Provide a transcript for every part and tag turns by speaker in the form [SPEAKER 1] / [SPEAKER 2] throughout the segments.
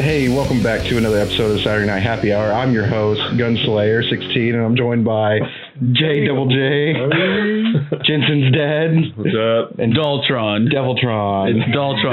[SPEAKER 1] Hey, welcome back to another episode of Saturday Night Happy Hour. I'm your host, Gunslayer16, and I'm joined by J Double J, Jensen's Dad,
[SPEAKER 2] What's up?
[SPEAKER 1] and
[SPEAKER 3] Daltron.
[SPEAKER 1] Deviltron.
[SPEAKER 3] Daltron.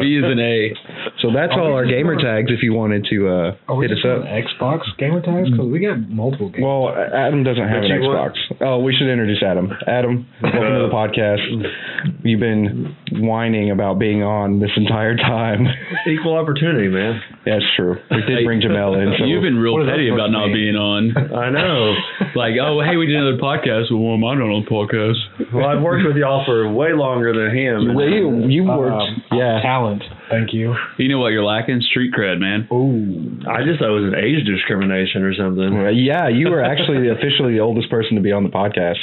[SPEAKER 3] The V is an A.
[SPEAKER 1] So that's all our gamer tags if you wanted to uh,
[SPEAKER 4] Are we
[SPEAKER 1] hit
[SPEAKER 4] just
[SPEAKER 1] us up.
[SPEAKER 4] on Xbox gamer tags? Because we got multiple games.
[SPEAKER 1] Well, Adam doesn't have
[SPEAKER 2] But
[SPEAKER 1] an
[SPEAKER 2] you
[SPEAKER 1] Xbox.
[SPEAKER 2] want-
[SPEAKER 1] Oh, we should introduce Adam. Adam, welcome to the podcast. You've been whining about being on this entire time.
[SPEAKER 2] Equal opportunity, man.
[SPEAKER 1] That's true. We did bring Jamel in. So
[SPEAKER 3] You've been real
[SPEAKER 2] What is that
[SPEAKER 3] petty
[SPEAKER 2] supposed
[SPEAKER 3] about not
[SPEAKER 2] to mean?
[SPEAKER 3] being on.
[SPEAKER 2] I know.
[SPEAKER 3] Like, oh, hey, we did another podcast. Well, am I not on a podcast?
[SPEAKER 2] Well, I've worked with y'all for way longer than him.
[SPEAKER 1] Well, you, you
[SPEAKER 4] Um,
[SPEAKER 1] worked. yeah.
[SPEAKER 4] Talent. Thank you.
[SPEAKER 3] You know what? You're lacking street cred, man.
[SPEAKER 4] Ooh.
[SPEAKER 2] I just thought it was an age discrimination or something.
[SPEAKER 1] Uh, Yeah, you were actually officially the oldest person to be on the podcast.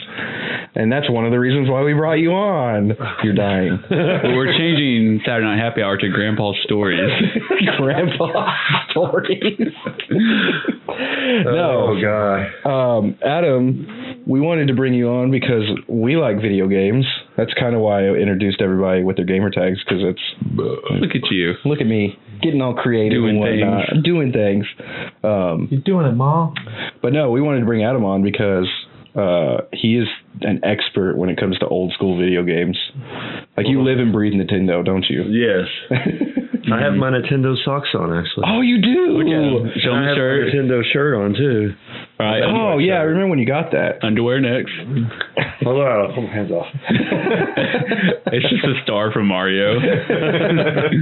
[SPEAKER 1] And that's one of the reasons why we brought you on. You're dying.
[SPEAKER 3] But we're changing Saturday Night Happy Hour to Grandpa's Stories.
[SPEAKER 1] Grandpa stories.
[SPEAKER 2] Oh
[SPEAKER 1] no.
[SPEAKER 2] god.
[SPEAKER 1] Um, Adam, we wanted to bring you on because we like video games. That's kind of why I introduced everybody with their gamer tags because it's
[SPEAKER 3] Look at you.
[SPEAKER 1] look at me getting all creative
[SPEAKER 3] Doing
[SPEAKER 1] and whatnot, doing things. Um,
[SPEAKER 4] You doing it, Ma?
[SPEAKER 1] But no, we wanted to bring Adam on because uh, he is an expert when it comes to old school video games. Like you live and breathe Nintendo, don't you?
[SPEAKER 2] Yes. I have my Nintendo socks on actually.
[SPEAKER 1] oh, you do.
[SPEAKER 3] Show
[SPEAKER 2] I
[SPEAKER 3] me
[SPEAKER 2] have my
[SPEAKER 3] shirt.
[SPEAKER 2] Nintendo shirt on too.
[SPEAKER 3] All right.
[SPEAKER 1] Oh yeah, I remember when you got that.
[SPEAKER 3] Underwear next.
[SPEAKER 2] Hold on, hold my hands off.
[SPEAKER 3] It's just a star from Mario.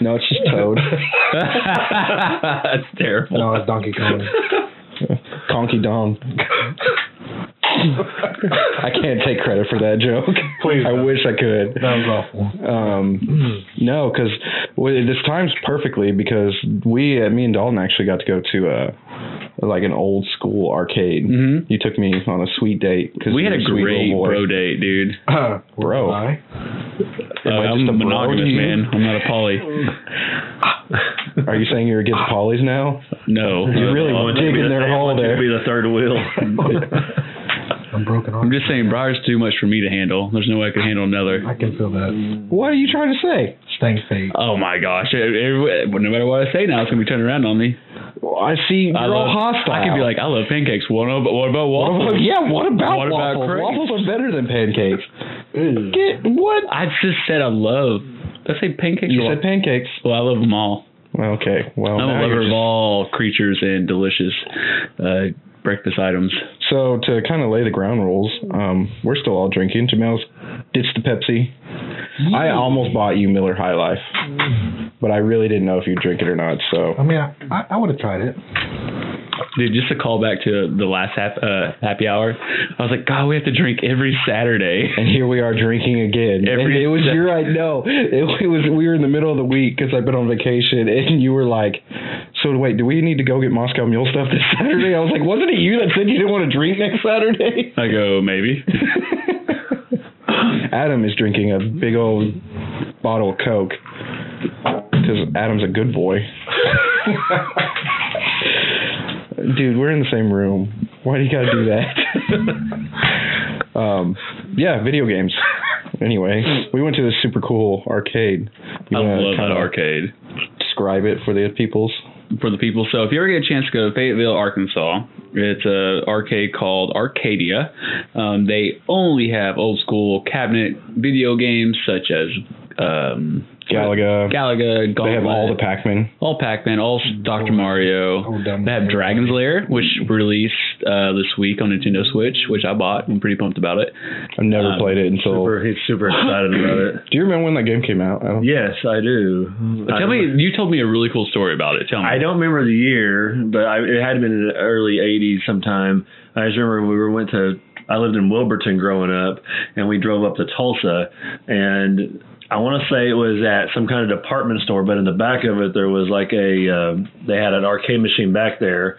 [SPEAKER 1] No, it's just Toad.
[SPEAKER 3] That's terrible.
[SPEAKER 4] No, it's Donkey Kong.
[SPEAKER 1] Conky Dong. I can't take credit for that joke.
[SPEAKER 4] Please
[SPEAKER 1] I
[SPEAKER 4] don't.
[SPEAKER 1] wish I could.
[SPEAKER 4] That was awful.
[SPEAKER 1] Um, no, because this times perfectly because we, uh, me and Dalton, actually got to go to uh like an old school arcade.
[SPEAKER 4] Mm-hmm.
[SPEAKER 3] Mhm.
[SPEAKER 1] You took me on a sweet date because
[SPEAKER 3] We had a great bro date, dude.
[SPEAKER 4] Uh,
[SPEAKER 1] Bro.
[SPEAKER 4] why?
[SPEAKER 3] Uh,
[SPEAKER 1] I
[SPEAKER 3] I'm
[SPEAKER 1] just a bro to
[SPEAKER 3] monogamous,
[SPEAKER 1] you?
[SPEAKER 3] man. I'm not a poly.
[SPEAKER 1] Are you saying you're against polys now?
[SPEAKER 3] No.
[SPEAKER 1] You really
[SPEAKER 4] Oh,
[SPEAKER 3] Uh,
[SPEAKER 1] want to dig in their hole there.
[SPEAKER 2] Be the third wheel.
[SPEAKER 4] I'm broken
[SPEAKER 3] I'm
[SPEAKER 4] on.
[SPEAKER 3] just saying, Briar's too much for me to handle. There's no way I could handle another.
[SPEAKER 4] I can feel that.
[SPEAKER 1] What are you trying to say?
[SPEAKER 4] Staying fake.
[SPEAKER 3] Oh my gosh! Eh, eh, no matter what I say now, it's gonna be turned around on me.
[SPEAKER 1] Well, I see you're
[SPEAKER 3] I
[SPEAKER 1] all
[SPEAKER 3] love-
[SPEAKER 1] hostile.
[SPEAKER 3] I could be like, I love pancakes. What about what about
[SPEAKER 1] What
[SPEAKER 3] waffles?
[SPEAKER 1] about- yeah, what about
[SPEAKER 3] What about
[SPEAKER 1] waffles?
[SPEAKER 3] crepes?
[SPEAKER 1] waffles are better than pancakes.
[SPEAKER 3] Mm.
[SPEAKER 1] Get what?
[SPEAKER 3] I just said I love. Did I say pancakes?
[SPEAKER 1] You
[SPEAKER 3] or
[SPEAKER 1] said
[SPEAKER 3] waffles?
[SPEAKER 1] pancakes.
[SPEAKER 3] well, I love them all.
[SPEAKER 1] Okay, well,
[SPEAKER 3] I'm
[SPEAKER 1] now
[SPEAKER 3] a
[SPEAKER 1] you're
[SPEAKER 3] lover
[SPEAKER 1] just-
[SPEAKER 3] of all creatures and delicious uh, breakfast items.
[SPEAKER 1] So to kind of lay the ground rules, um, we're still all drinking. Jamel's ditched the Pepsi. I almost bought you Miller High Life, but I really didn't know if you'd drink it or not.
[SPEAKER 4] I
[SPEAKER 1] So
[SPEAKER 4] mean, I, I, I would have tried it.
[SPEAKER 3] Dude, just to call back to the last hap, uh, happy hour, I was like, God, we have to drink every Saturday.
[SPEAKER 1] and here we are drinking again. And
[SPEAKER 3] Every
[SPEAKER 1] it was
[SPEAKER 3] step-
[SPEAKER 1] your I know it, it was we were in the middle of the week because I've been on vacation, and you were like, "So wait, do we need to go get Moscow Mule stuff this Saturday?" I was like, "Wasn't it you that said you didn't want to drink next Saturday?"
[SPEAKER 3] I go, maybe.
[SPEAKER 1] Adam is drinking a big old bottle of Coke because Adam's a good boy. Dude, we're in the same room. Why do you gotta do that? um, yeah, video games. Anyway, we went to this super cool arcade. You
[SPEAKER 3] I
[SPEAKER 1] wanna
[SPEAKER 3] love that
[SPEAKER 1] kinda
[SPEAKER 3] arcade.
[SPEAKER 1] Describe it for the peoples.
[SPEAKER 3] for the people. So if you ever get a chance to go to Fayetteville, Arkansas, it's a arcade called Arcadia. Um, they only have old school cabinet video games such as um,
[SPEAKER 1] Galaga.
[SPEAKER 3] Galaga,
[SPEAKER 1] They have all the
[SPEAKER 3] Pac-
[SPEAKER 1] Pac-Man.
[SPEAKER 3] all Pac-Man, all Doctor Mario.
[SPEAKER 4] Oh, dumb.
[SPEAKER 3] They have Dragon's Lair, which released uh, this week on Nintendo Switch, which I bought. I'm pretty pumped about it.
[SPEAKER 1] I've never
[SPEAKER 3] Um,
[SPEAKER 1] played it until.
[SPEAKER 2] super, he's super excited about it.
[SPEAKER 1] Do you remember when that game came out? I don't.
[SPEAKER 2] Yes, I do.
[SPEAKER 3] But
[SPEAKER 2] I
[SPEAKER 3] tell me,
[SPEAKER 2] remember-
[SPEAKER 3] you told me a really cool story about it. Tell me.
[SPEAKER 2] I don't remember the year, but I, it had been in the early '80s sometime. I just remember we were, went to. I lived in Wilburton growing up, and we drove up to Tulsa, and I want to say it was at some kind of department store, but in the back of it there was like a. Uh, they had an arcade machine back there,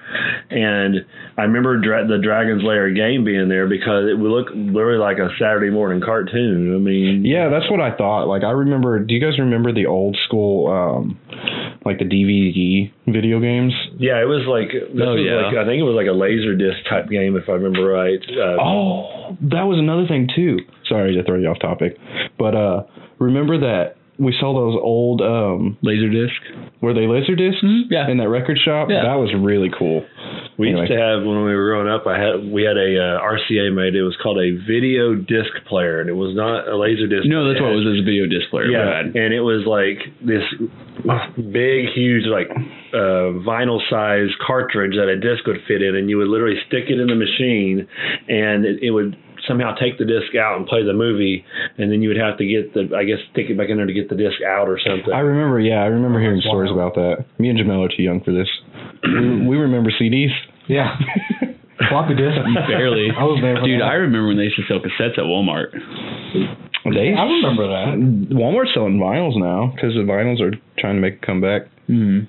[SPEAKER 2] and I remember dra- the Dragon's Lair game being there because it would look literally like a Saturday morning cartoon. I mean,
[SPEAKER 1] Yeah, that's what I thought. Like I remember. Do you guys remember the old school, um, like the DVD video games?
[SPEAKER 2] Yeah, it was like this
[SPEAKER 3] Oh,
[SPEAKER 2] was
[SPEAKER 3] yeah.
[SPEAKER 2] like I think it was like a laser disc type game if I remember right. Uh,
[SPEAKER 1] Oh, that was another thing too. Sorry to throw you off topic, but uh, remember that we saw those old um
[SPEAKER 3] Laserdisc.
[SPEAKER 1] were they laser discs
[SPEAKER 4] Mm-hmm,
[SPEAKER 3] Mhm, yeah.
[SPEAKER 1] in that record shop.
[SPEAKER 3] Yeah.
[SPEAKER 1] That was really cool.
[SPEAKER 2] We
[SPEAKER 1] Anyway.
[SPEAKER 2] used to have when we were growing up. I had we had a uh, RCA made. It was called a video disc player, and it was not a laser disc.
[SPEAKER 3] No, that's what it was as a video display.
[SPEAKER 2] Yeah,
[SPEAKER 3] Yeah.
[SPEAKER 2] and it was like this big, huge, like uh, vinyl size cartridge that a disc would fit in, and you would literally stick it in the machine, and it, it would somehow take the disc out and play the movie, and then you would have to get the, I guess, stick it back in there to get the disc out or something.
[SPEAKER 1] I remember, yeah, I remember hearing
[SPEAKER 4] that's
[SPEAKER 1] stories about that. Me and Jamel are too young for this. we, we remember CDs.
[SPEAKER 4] Yeah. Floppy disk.
[SPEAKER 3] Barely.
[SPEAKER 4] I was there for
[SPEAKER 3] Dude,
[SPEAKER 4] that.
[SPEAKER 3] I remember when they used to sell cassettes at Walmart.
[SPEAKER 1] They
[SPEAKER 4] I remember that.
[SPEAKER 1] Walmart's selling vinyls now because the vinyls are trying to make a comeback.
[SPEAKER 4] Mm-hmm.
[SPEAKER 3] Mm.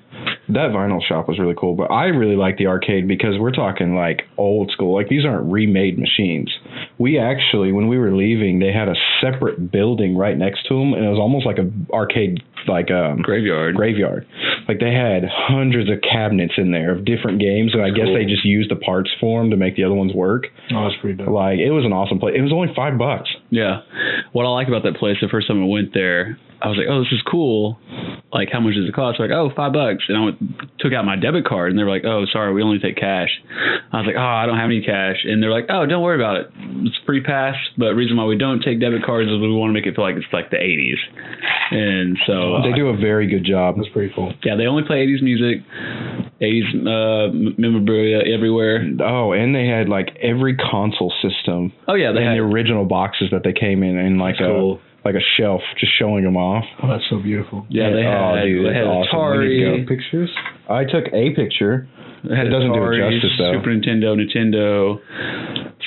[SPEAKER 1] That vinyl shop was really cool, but I really like the arcade because we're talking like old school. Like these aren't remade machines. We actually, when we were leaving, they had a separate building right next to them, and it was almost like a arcade, like um,
[SPEAKER 3] Graveyard.
[SPEAKER 1] graveyard. Like they had hundreds of cabinets in there of different games, and I guess
[SPEAKER 2] Cool.
[SPEAKER 1] they just used the parts for them to make the other ones work.
[SPEAKER 4] Oh, that's pretty dope.
[SPEAKER 1] Like it was an awesome place. It was only five bucks.
[SPEAKER 3] Yeah. What I like about that place, the first time I went there, I was like, oh, this is cool. Like, how much does it cost? Like, oh, five bucks. And I went, took out my debit card, and they were like, oh, sorry, we only take cash. I was like, oh, I don't have any cash. And they're like, oh, don't worry about it. It's free pass. But the reason why we don't take debit cards is we want to make it feel like it's like the 80s. And so
[SPEAKER 1] They do a very good job.
[SPEAKER 4] That's pretty cool.
[SPEAKER 3] Yeah, they only play 80s music, 80s uh, m- memorabilia everywhere.
[SPEAKER 1] Oh, and they had like every console system
[SPEAKER 3] Oh, yeah, they
[SPEAKER 1] in
[SPEAKER 3] had.
[SPEAKER 1] the original boxes that they came in in like uh, a
[SPEAKER 2] cool.
[SPEAKER 1] like a shelf, just showing them off.
[SPEAKER 4] Oh, that's so beautiful.
[SPEAKER 3] Yeah, they
[SPEAKER 1] Oh,
[SPEAKER 3] had,
[SPEAKER 1] dude,
[SPEAKER 3] they had
[SPEAKER 1] that's awesome. We need to
[SPEAKER 3] Atari.
[SPEAKER 4] Pictures.
[SPEAKER 1] I took a picture.
[SPEAKER 3] It, had
[SPEAKER 1] It doesn't do it
[SPEAKER 3] Atari,
[SPEAKER 1] justice, though.
[SPEAKER 3] Super Nintendo, Nintendo,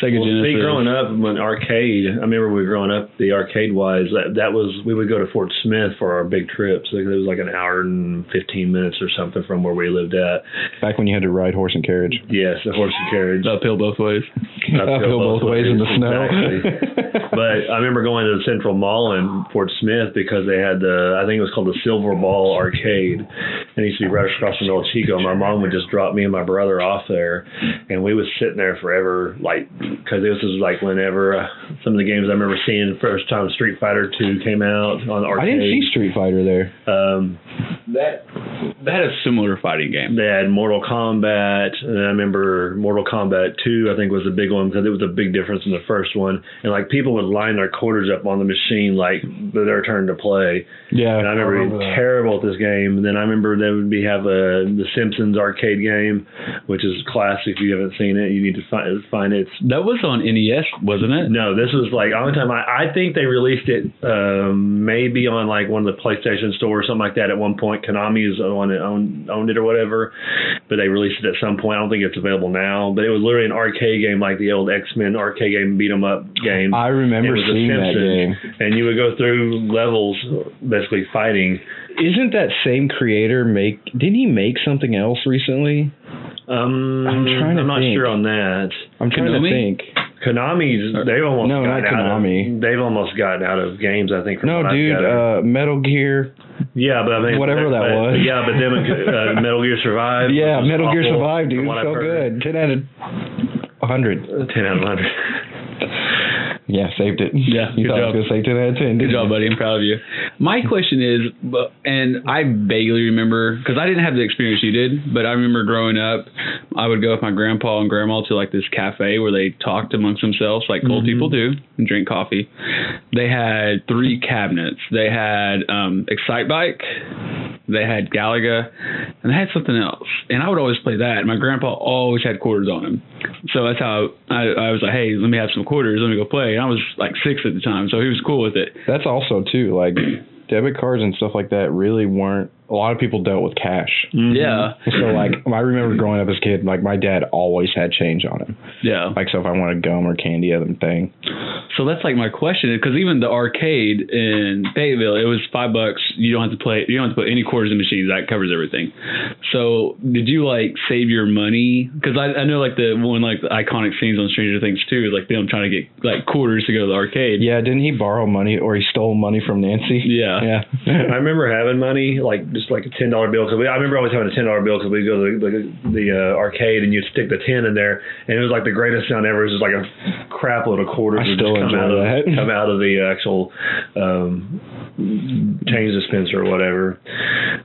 [SPEAKER 3] Sega
[SPEAKER 2] Well, see,
[SPEAKER 3] Genesis.
[SPEAKER 2] growing up when arcade, I remember we were growing up. The arcade wise, that that was we would go to Fort Smith for our big trips. Like, it was like an hour and fifteen minutes or something from where we lived at.
[SPEAKER 1] Back when you had to ride horse and carriage.
[SPEAKER 2] Yes, the horse and carriage.
[SPEAKER 3] uphill both ways.
[SPEAKER 2] Uphill both ways, exactly.
[SPEAKER 1] but
[SPEAKER 2] But I remember going to the Central Mall in Fort Smith because they had the I think it was called the Silver Ball Arcade, and it used to be right across from El Chico. My mom would just drop me and my brother off there, and we was sitting there forever, like because this was like whenever uh, some of the games I remember seeing first time Street Fighter Two came out on the
[SPEAKER 1] I
[SPEAKER 2] arcade.
[SPEAKER 1] didn't see Street Fighter there.
[SPEAKER 2] Um,
[SPEAKER 3] That that is similar fighting game.
[SPEAKER 2] They had Mortal Kombat, and I remember Mortal Kombat 2, I think was the big one because it was a big difference from the first one. And like people would line their quarters up on the machine, like their turn to play. And
[SPEAKER 1] Yeah.
[SPEAKER 4] I
[SPEAKER 2] I remember, being
[SPEAKER 4] remember that.
[SPEAKER 2] terrible at this game. And then I remember they would be have a the Simpsons arcade game, which is classic. If you haven't seen it, you need to find find it. It's
[SPEAKER 3] That was on NES, wasn't it?
[SPEAKER 2] no, this was like on time. I, I think they released it um, maybe on like one of the PlayStation stores, something like that. At one point, Konami is on it, owned, owned it or whatever, but they released it at some point. I don't think it's available now, but it was literally an arcade game, like the old X Men arcade game, beat 'em up game.
[SPEAKER 1] I remember
[SPEAKER 2] It was a
[SPEAKER 1] seeing that game.
[SPEAKER 2] Simpsons. and you would go through levels, basically fighting.
[SPEAKER 1] Isn't that same creator make? Didn't he make something else recently?
[SPEAKER 2] Um,
[SPEAKER 1] I'm trying to
[SPEAKER 2] I'm not
[SPEAKER 1] think.
[SPEAKER 2] sure on that.
[SPEAKER 1] I'm trying
[SPEAKER 3] Konami?
[SPEAKER 1] to think.
[SPEAKER 2] Konami's they've almost
[SPEAKER 1] No,
[SPEAKER 2] gotten
[SPEAKER 1] not
[SPEAKER 2] out
[SPEAKER 1] Konami.
[SPEAKER 2] Of, they've almost gotten out of games. I think. from
[SPEAKER 1] No,
[SPEAKER 2] what I've
[SPEAKER 1] dude,
[SPEAKER 2] gathered.
[SPEAKER 1] uh, Metal Gear.
[SPEAKER 2] Yeah, but I mean,
[SPEAKER 1] Whatever
[SPEAKER 2] but-
[SPEAKER 1] that
[SPEAKER 2] but-
[SPEAKER 1] was.
[SPEAKER 2] Yeah, but then uh, Metal Gear Survive.
[SPEAKER 1] Yeah,
[SPEAKER 2] which was
[SPEAKER 1] Metal Gear
[SPEAKER 2] awful,
[SPEAKER 1] Survive,
[SPEAKER 2] from
[SPEAKER 1] dude.
[SPEAKER 2] what I've
[SPEAKER 1] So
[SPEAKER 2] heard.
[SPEAKER 1] good. Ten out of hundred.
[SPEAKER 2] Ten out of hundred.
[SPEAKER 1] Yeah, saved it.
[SPEAKER 3] Yeah,
[SPEAKER 1] you
[SPEAKER 3] good
[SPEAKER 1] thought I
[SPEAKER 3] job.
[SPEAKER 1] was gonna say ten out of ten.
[SPEAKER 3] Good
[SPEAKER 1] didn't
[SPEAKER 3] job,
[SPEAKER 1] you?
[SPEAKER 3] buddy. I'm proud of you. My question is, bu- and I vaguely remember because I didn't have the experience you did, but I remember growing up, I would go with my grandpa and grandma to like this cafe where they talked amongst themselves, like old people do, and drink coffee. They had three cabinets. They had um, Excite Bike, they had Galaga, and they had something else. And I would always play that. And my grandpa always had quarters on him. So that's how I, I was like, hey, let me have some quarters. Let me go play. And I was like six at the time, so he was cool with it.
[SPEAKER 1] That's also too like debit cards and stuff like that really weren't. A lot of people dealt with cash.
[SPEAKER 3] Yeah,
[SPEAKER 1] So like I remember growing up as a kid, like my dad always had change on him.
[SPEAKER 3] yeah.
[SPEAKER 1] Like so if I wanted gum or candy, other thing.
[SPEAKER 3] So that's like my question, because even the arcade in Fayetteville, it was five bucks. You don't have to play. You don't have to put any quarters in the machines. That covers everything. So did you like save your money? Because I, I know like the one like the iconic scenes on Stranger Things too is like them trying to get like quarters to go to the arcade.
[SPEAKER 1] Yeah, didn't he borrow money or he stole money from Nancy?
[SPEAKER 3] Yeah.
[SPEAKER 1] Yeah.
[SPEAKER 2] I remember having money, like just like a ten dollar bill. Cause we, I remember always having a ten dollar bill because we go to the, the, the uh, arcade and you stick the ten in there, and it was like the greatest sound ever. It was just like a crapload of
[SPEAKER 1] I
[SPEAKER 2] quarters would
[SPEAKER 1] still
[SPEAKER 2] just come
[SPEAKER 1] enjoy
[SPEAKER 2] out of
[SPEAKER 1] that.
[SPEAKER 2] come out of the actual um, change dispenser or whatever.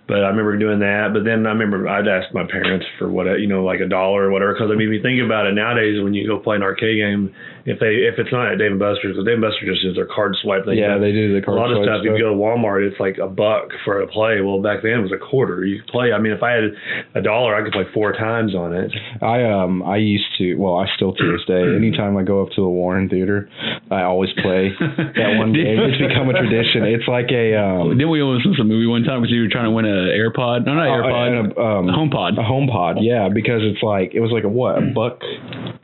[SPEAKER 2] But I remember doing that. But then I remember I'd ask my parents for what you know, like a dollar or whatever, because I mean, if you think about it nowadays, when you go play an arcade game, if they if it's not at Dave and Buster's, because Dave and Buster's just does their card swipe thing.
[SPEAKER 1] yeah, they do the
[SPEAKER 2] A
[SPEAKER 1] card
[SPEAKER 2] lot of
[SPEAKER 1] swipe
[SPEAKER 2] stuff, you go to Walmart, it's like a buck for a play. Well, back then it was a quarter. You could play. I mean, if I had a dollar, I could play four times on it.
[SPEAKER 1] I um I used to well I still to this day anytime I go up to the Warren Theater I always play that one game it's become a tradition it's like a um
[SPEAKER 3] Didn't we almost listen to a movie one time because you were trying to win an AirPod? No, not AirPod.
[SPEAKER 1] a, Oh, um,
[SPEAKER 3] home pod.
[SPEAKER 1] a home pod yeah because it's like it was like a what a buck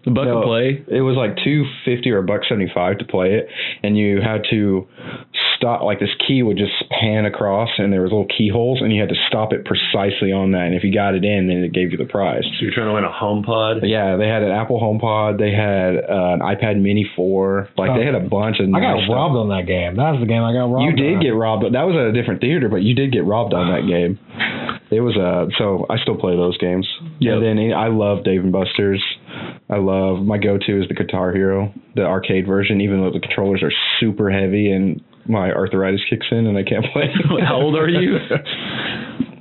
[SPEAKER 3] The buck
[SPEAKER 1] no,
[SPEAKER 3] of play.
[SPEAKER 1] it was like two fifty or a buck seventy five to play it and you had to stop like this key would just pan across and there was little keyholes and you had to stop it precisely on that and if you got it in then it gave you the prize
[SPEAKER 2] So you're trying to win a home pod.
[SPEAKER 1] Yeah, they had an Apple HomePod. They had uh, an iPad Mini 4. Like, they had a bunch of.
[SPEAKER 4] I
[SPEAKER 1] nice
[SPEAKER 4] got
[SPEAKER 1] stuff.
[SPEAKER 4] robbed on that game. That was the game I got robbed.
[SPEAKER 1] You did
[SPEAKER 4] on.
[SPEAKER 1] get robbed. That was at a different theater, but you did get robbed on that game. It was uh so I still play those games.
[SPEAKER 3] Yep.
[SPEAKER 1] And then I love Dave and Buster's. I love my go-to is the Guitar Hero, the arcade version, even though the controllers are super heavy and my arthritis kicks in and I can't play.
[SPEAKER 3] How old are you?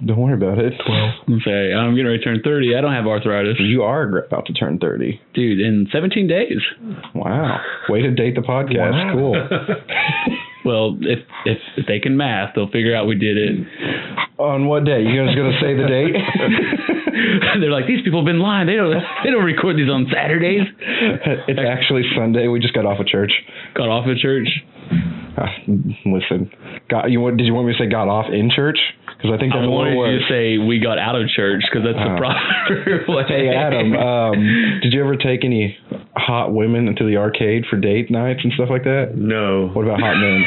[SPEAKER 1] Don't worry about it. Twelve.
[SPEAKER 3] Okay, I'm getting ready to turn 30. I don't have arthritis.
[SPEAKER 1] You are about to turn thirty.
[SPEAKER 3] Dude, in 17 days.
[SPEAKER 1] Wow. Way to date the podcast.
[SPEAKER 4] Wow.
[SPEAKER 1] Cool.
[SPEAKER 3] Well, if, if if they can math, they'll figure out we did it.
[SPEAKER 1] On what day? You guys gonna say the date?
[SPEAKER 3] They're like, these people have been lying. They don't they don't record these on Saturdays.
[SPEAKER 1] it's actually Sunday. We just got off of church.
[SPEAKER 3] Got off at church.
[SPEAKER 1] Ah, listen, got you. want- Did you want me to say got off in church? Because I think
[SPEAKER 3] I
[SPEAKER 1] that's what it
[SPEAKER 3] wanted you
[SPEAKER 1] was.
[SPEAKER 3] to say we got out of church because that's the
[SPEAKER 1] Oh.
[SPEAKER 3] proper way.
[SPEAKER 1] Hey Adam, um, did you ever take any hot women into the arcade for date nights and stuff like that?
[SPEAKER 2] No.
[SPEAKER 1] What about hot men?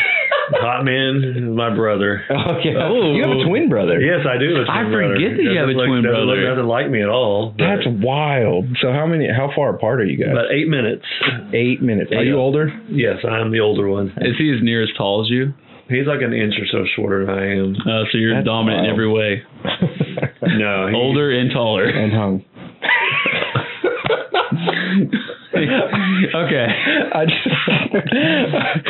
[SPEAKER 2] Hot Man, my brother.
[SPEAKER 1] oh yeah,
[SPEAKER 3] Oh.
[SPEAKER 1] you have a twin brother.
[SPEAKER 2] Yes, I do. have a
[SPEAKER 3] I
[SPEAKER 2] twin
[SPEAKER 3] forget that
[SPEAKER 2] brother.
[SPEAKER 3] you have a
[SPEAKER 2] Doesn't look-
[SPEAKER 3] twin
[SPEAKER 2] doesn't look-
[SPEAKER 3] brother.
[SPEAKER 2] Doesn't like me at all. but-
[SPEAKER 1] That's wild. So how many? How far apart are you guys?
[SPEAKER 2] about eight minutes.
[SPEAKER 1] eight minutes. Are you
[SPEAKER 2] Yeah.
[SPEAKER 1] older?
[SPEAKER 2] Yes, I'm the older one.
[SPEAKER 3] Is he as near as tall as you?
[SPEAKER 2] He's like an inch or so shorter than I am.
[SPEAKER 3] Uh, so you're
[SPEAKER 1] That's
[SPEAKER 3] dominant in
[SPEAKER 1] wild.
[SPEAKER 3] every way.
[SPEAKER 2] No, he,
[SPEAKER 3] Older and taller.
[SPEAKER 1] and hung.
[SPEAKER 3] okay.
[SPEAKER 1] I just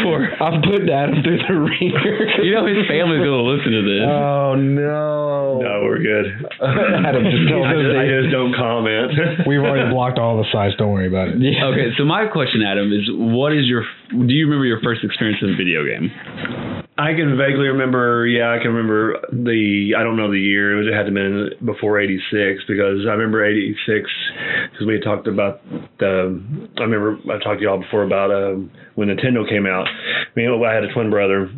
[SPEAKER 3] Poor.
[SPEAKER 1] I'm putting Adam through the ringer.
[SPEAKER 3] You know his family's gonna listen to this.
[SPEAKER 1] Oh no.
[SPEAKER 2] No, we're good.
[SPEAKER 1] Adam, just tell
[SPEAKER 2] I,
[SPEAKER 1] them
[SPEAKER 2] just, I
[SPEAKER 1] they-
[SPEAKER 2] just don't comment.
[SPEAKER 4] We've already blocked all the sides. Don't worry about it.
[SPEAKER 1] Yeah.
[SPEAKER 3] Okay, so my question, Adam, is what is your? Do you remember your first experience with a video game?
[SPEAKER 2] I can vaguely remember. Yeah, I can remember the. I don't know the year. It, was, it had to have been before '86 because I remember '86 because we had talked about the. I remember I talked to y'all before about um, when Nintendo came out. I mean, I had a twin brother.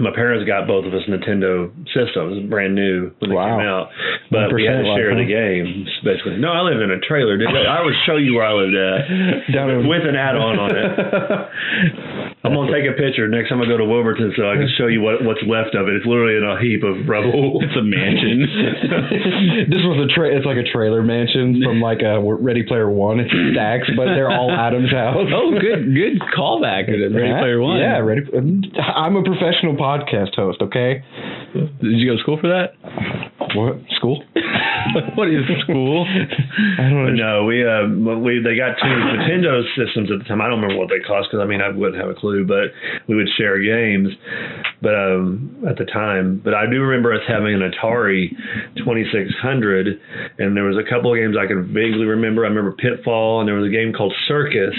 [SPEAKER 2] My parents got both of us Nintendo systems, brand new when they
[SPEAKER 1] Wow.
[SPEAKER 2] came out. But we had to
[SPEAKER 1] 1%
[SPEAKER 2] share
[SPEAKER 1] like,
[SPEAKER 2] the
[SPEAKER 1] huh?
[SPEAKER 2] games, basically. No, I live in a trailer, dude. I would show you where I lived at.
[SPEAKER 1] Down in-
[SPEAKER 2] with an add-on on it. I'm gonna take a picture next time I go to Wilburton, so I can show you what what's left of it. It's literally in a heap of rubble.
[SPEAKER 3] It's a mansion.
[SPEAKER 1] this was a tra- it's like a trailer mansion from like a Ready Player One. It's stacks, but they're all Adam's house.
[SPEAKER 3] oh, good, good callback. Ready
[SPEAKER 1] Yeah,
[SPEAKER 3] Player One.
[SPEAKER 1] Yeah, ready. um, I'm a professional podcast host. Okay,
[SPEAKER 3] Did you go to school for that?
[SPEAKER 1] what school?
[SPEAKER 3] what is school?
[SPEAKER 1] I don't
[SPEAKER 2] But
[SPEAKER 1] know.
[SPEAKER 2] no, we uh, we they got two Nintendo systems at the time. I don't remember what they cost because I mean I wouldn't have a clue, but we would share games. But um, at the time, but I do remember us having an Atari 2600, and there was a couple of games I can vaguely remember. I remember Pitfall, and there was a game called Circus,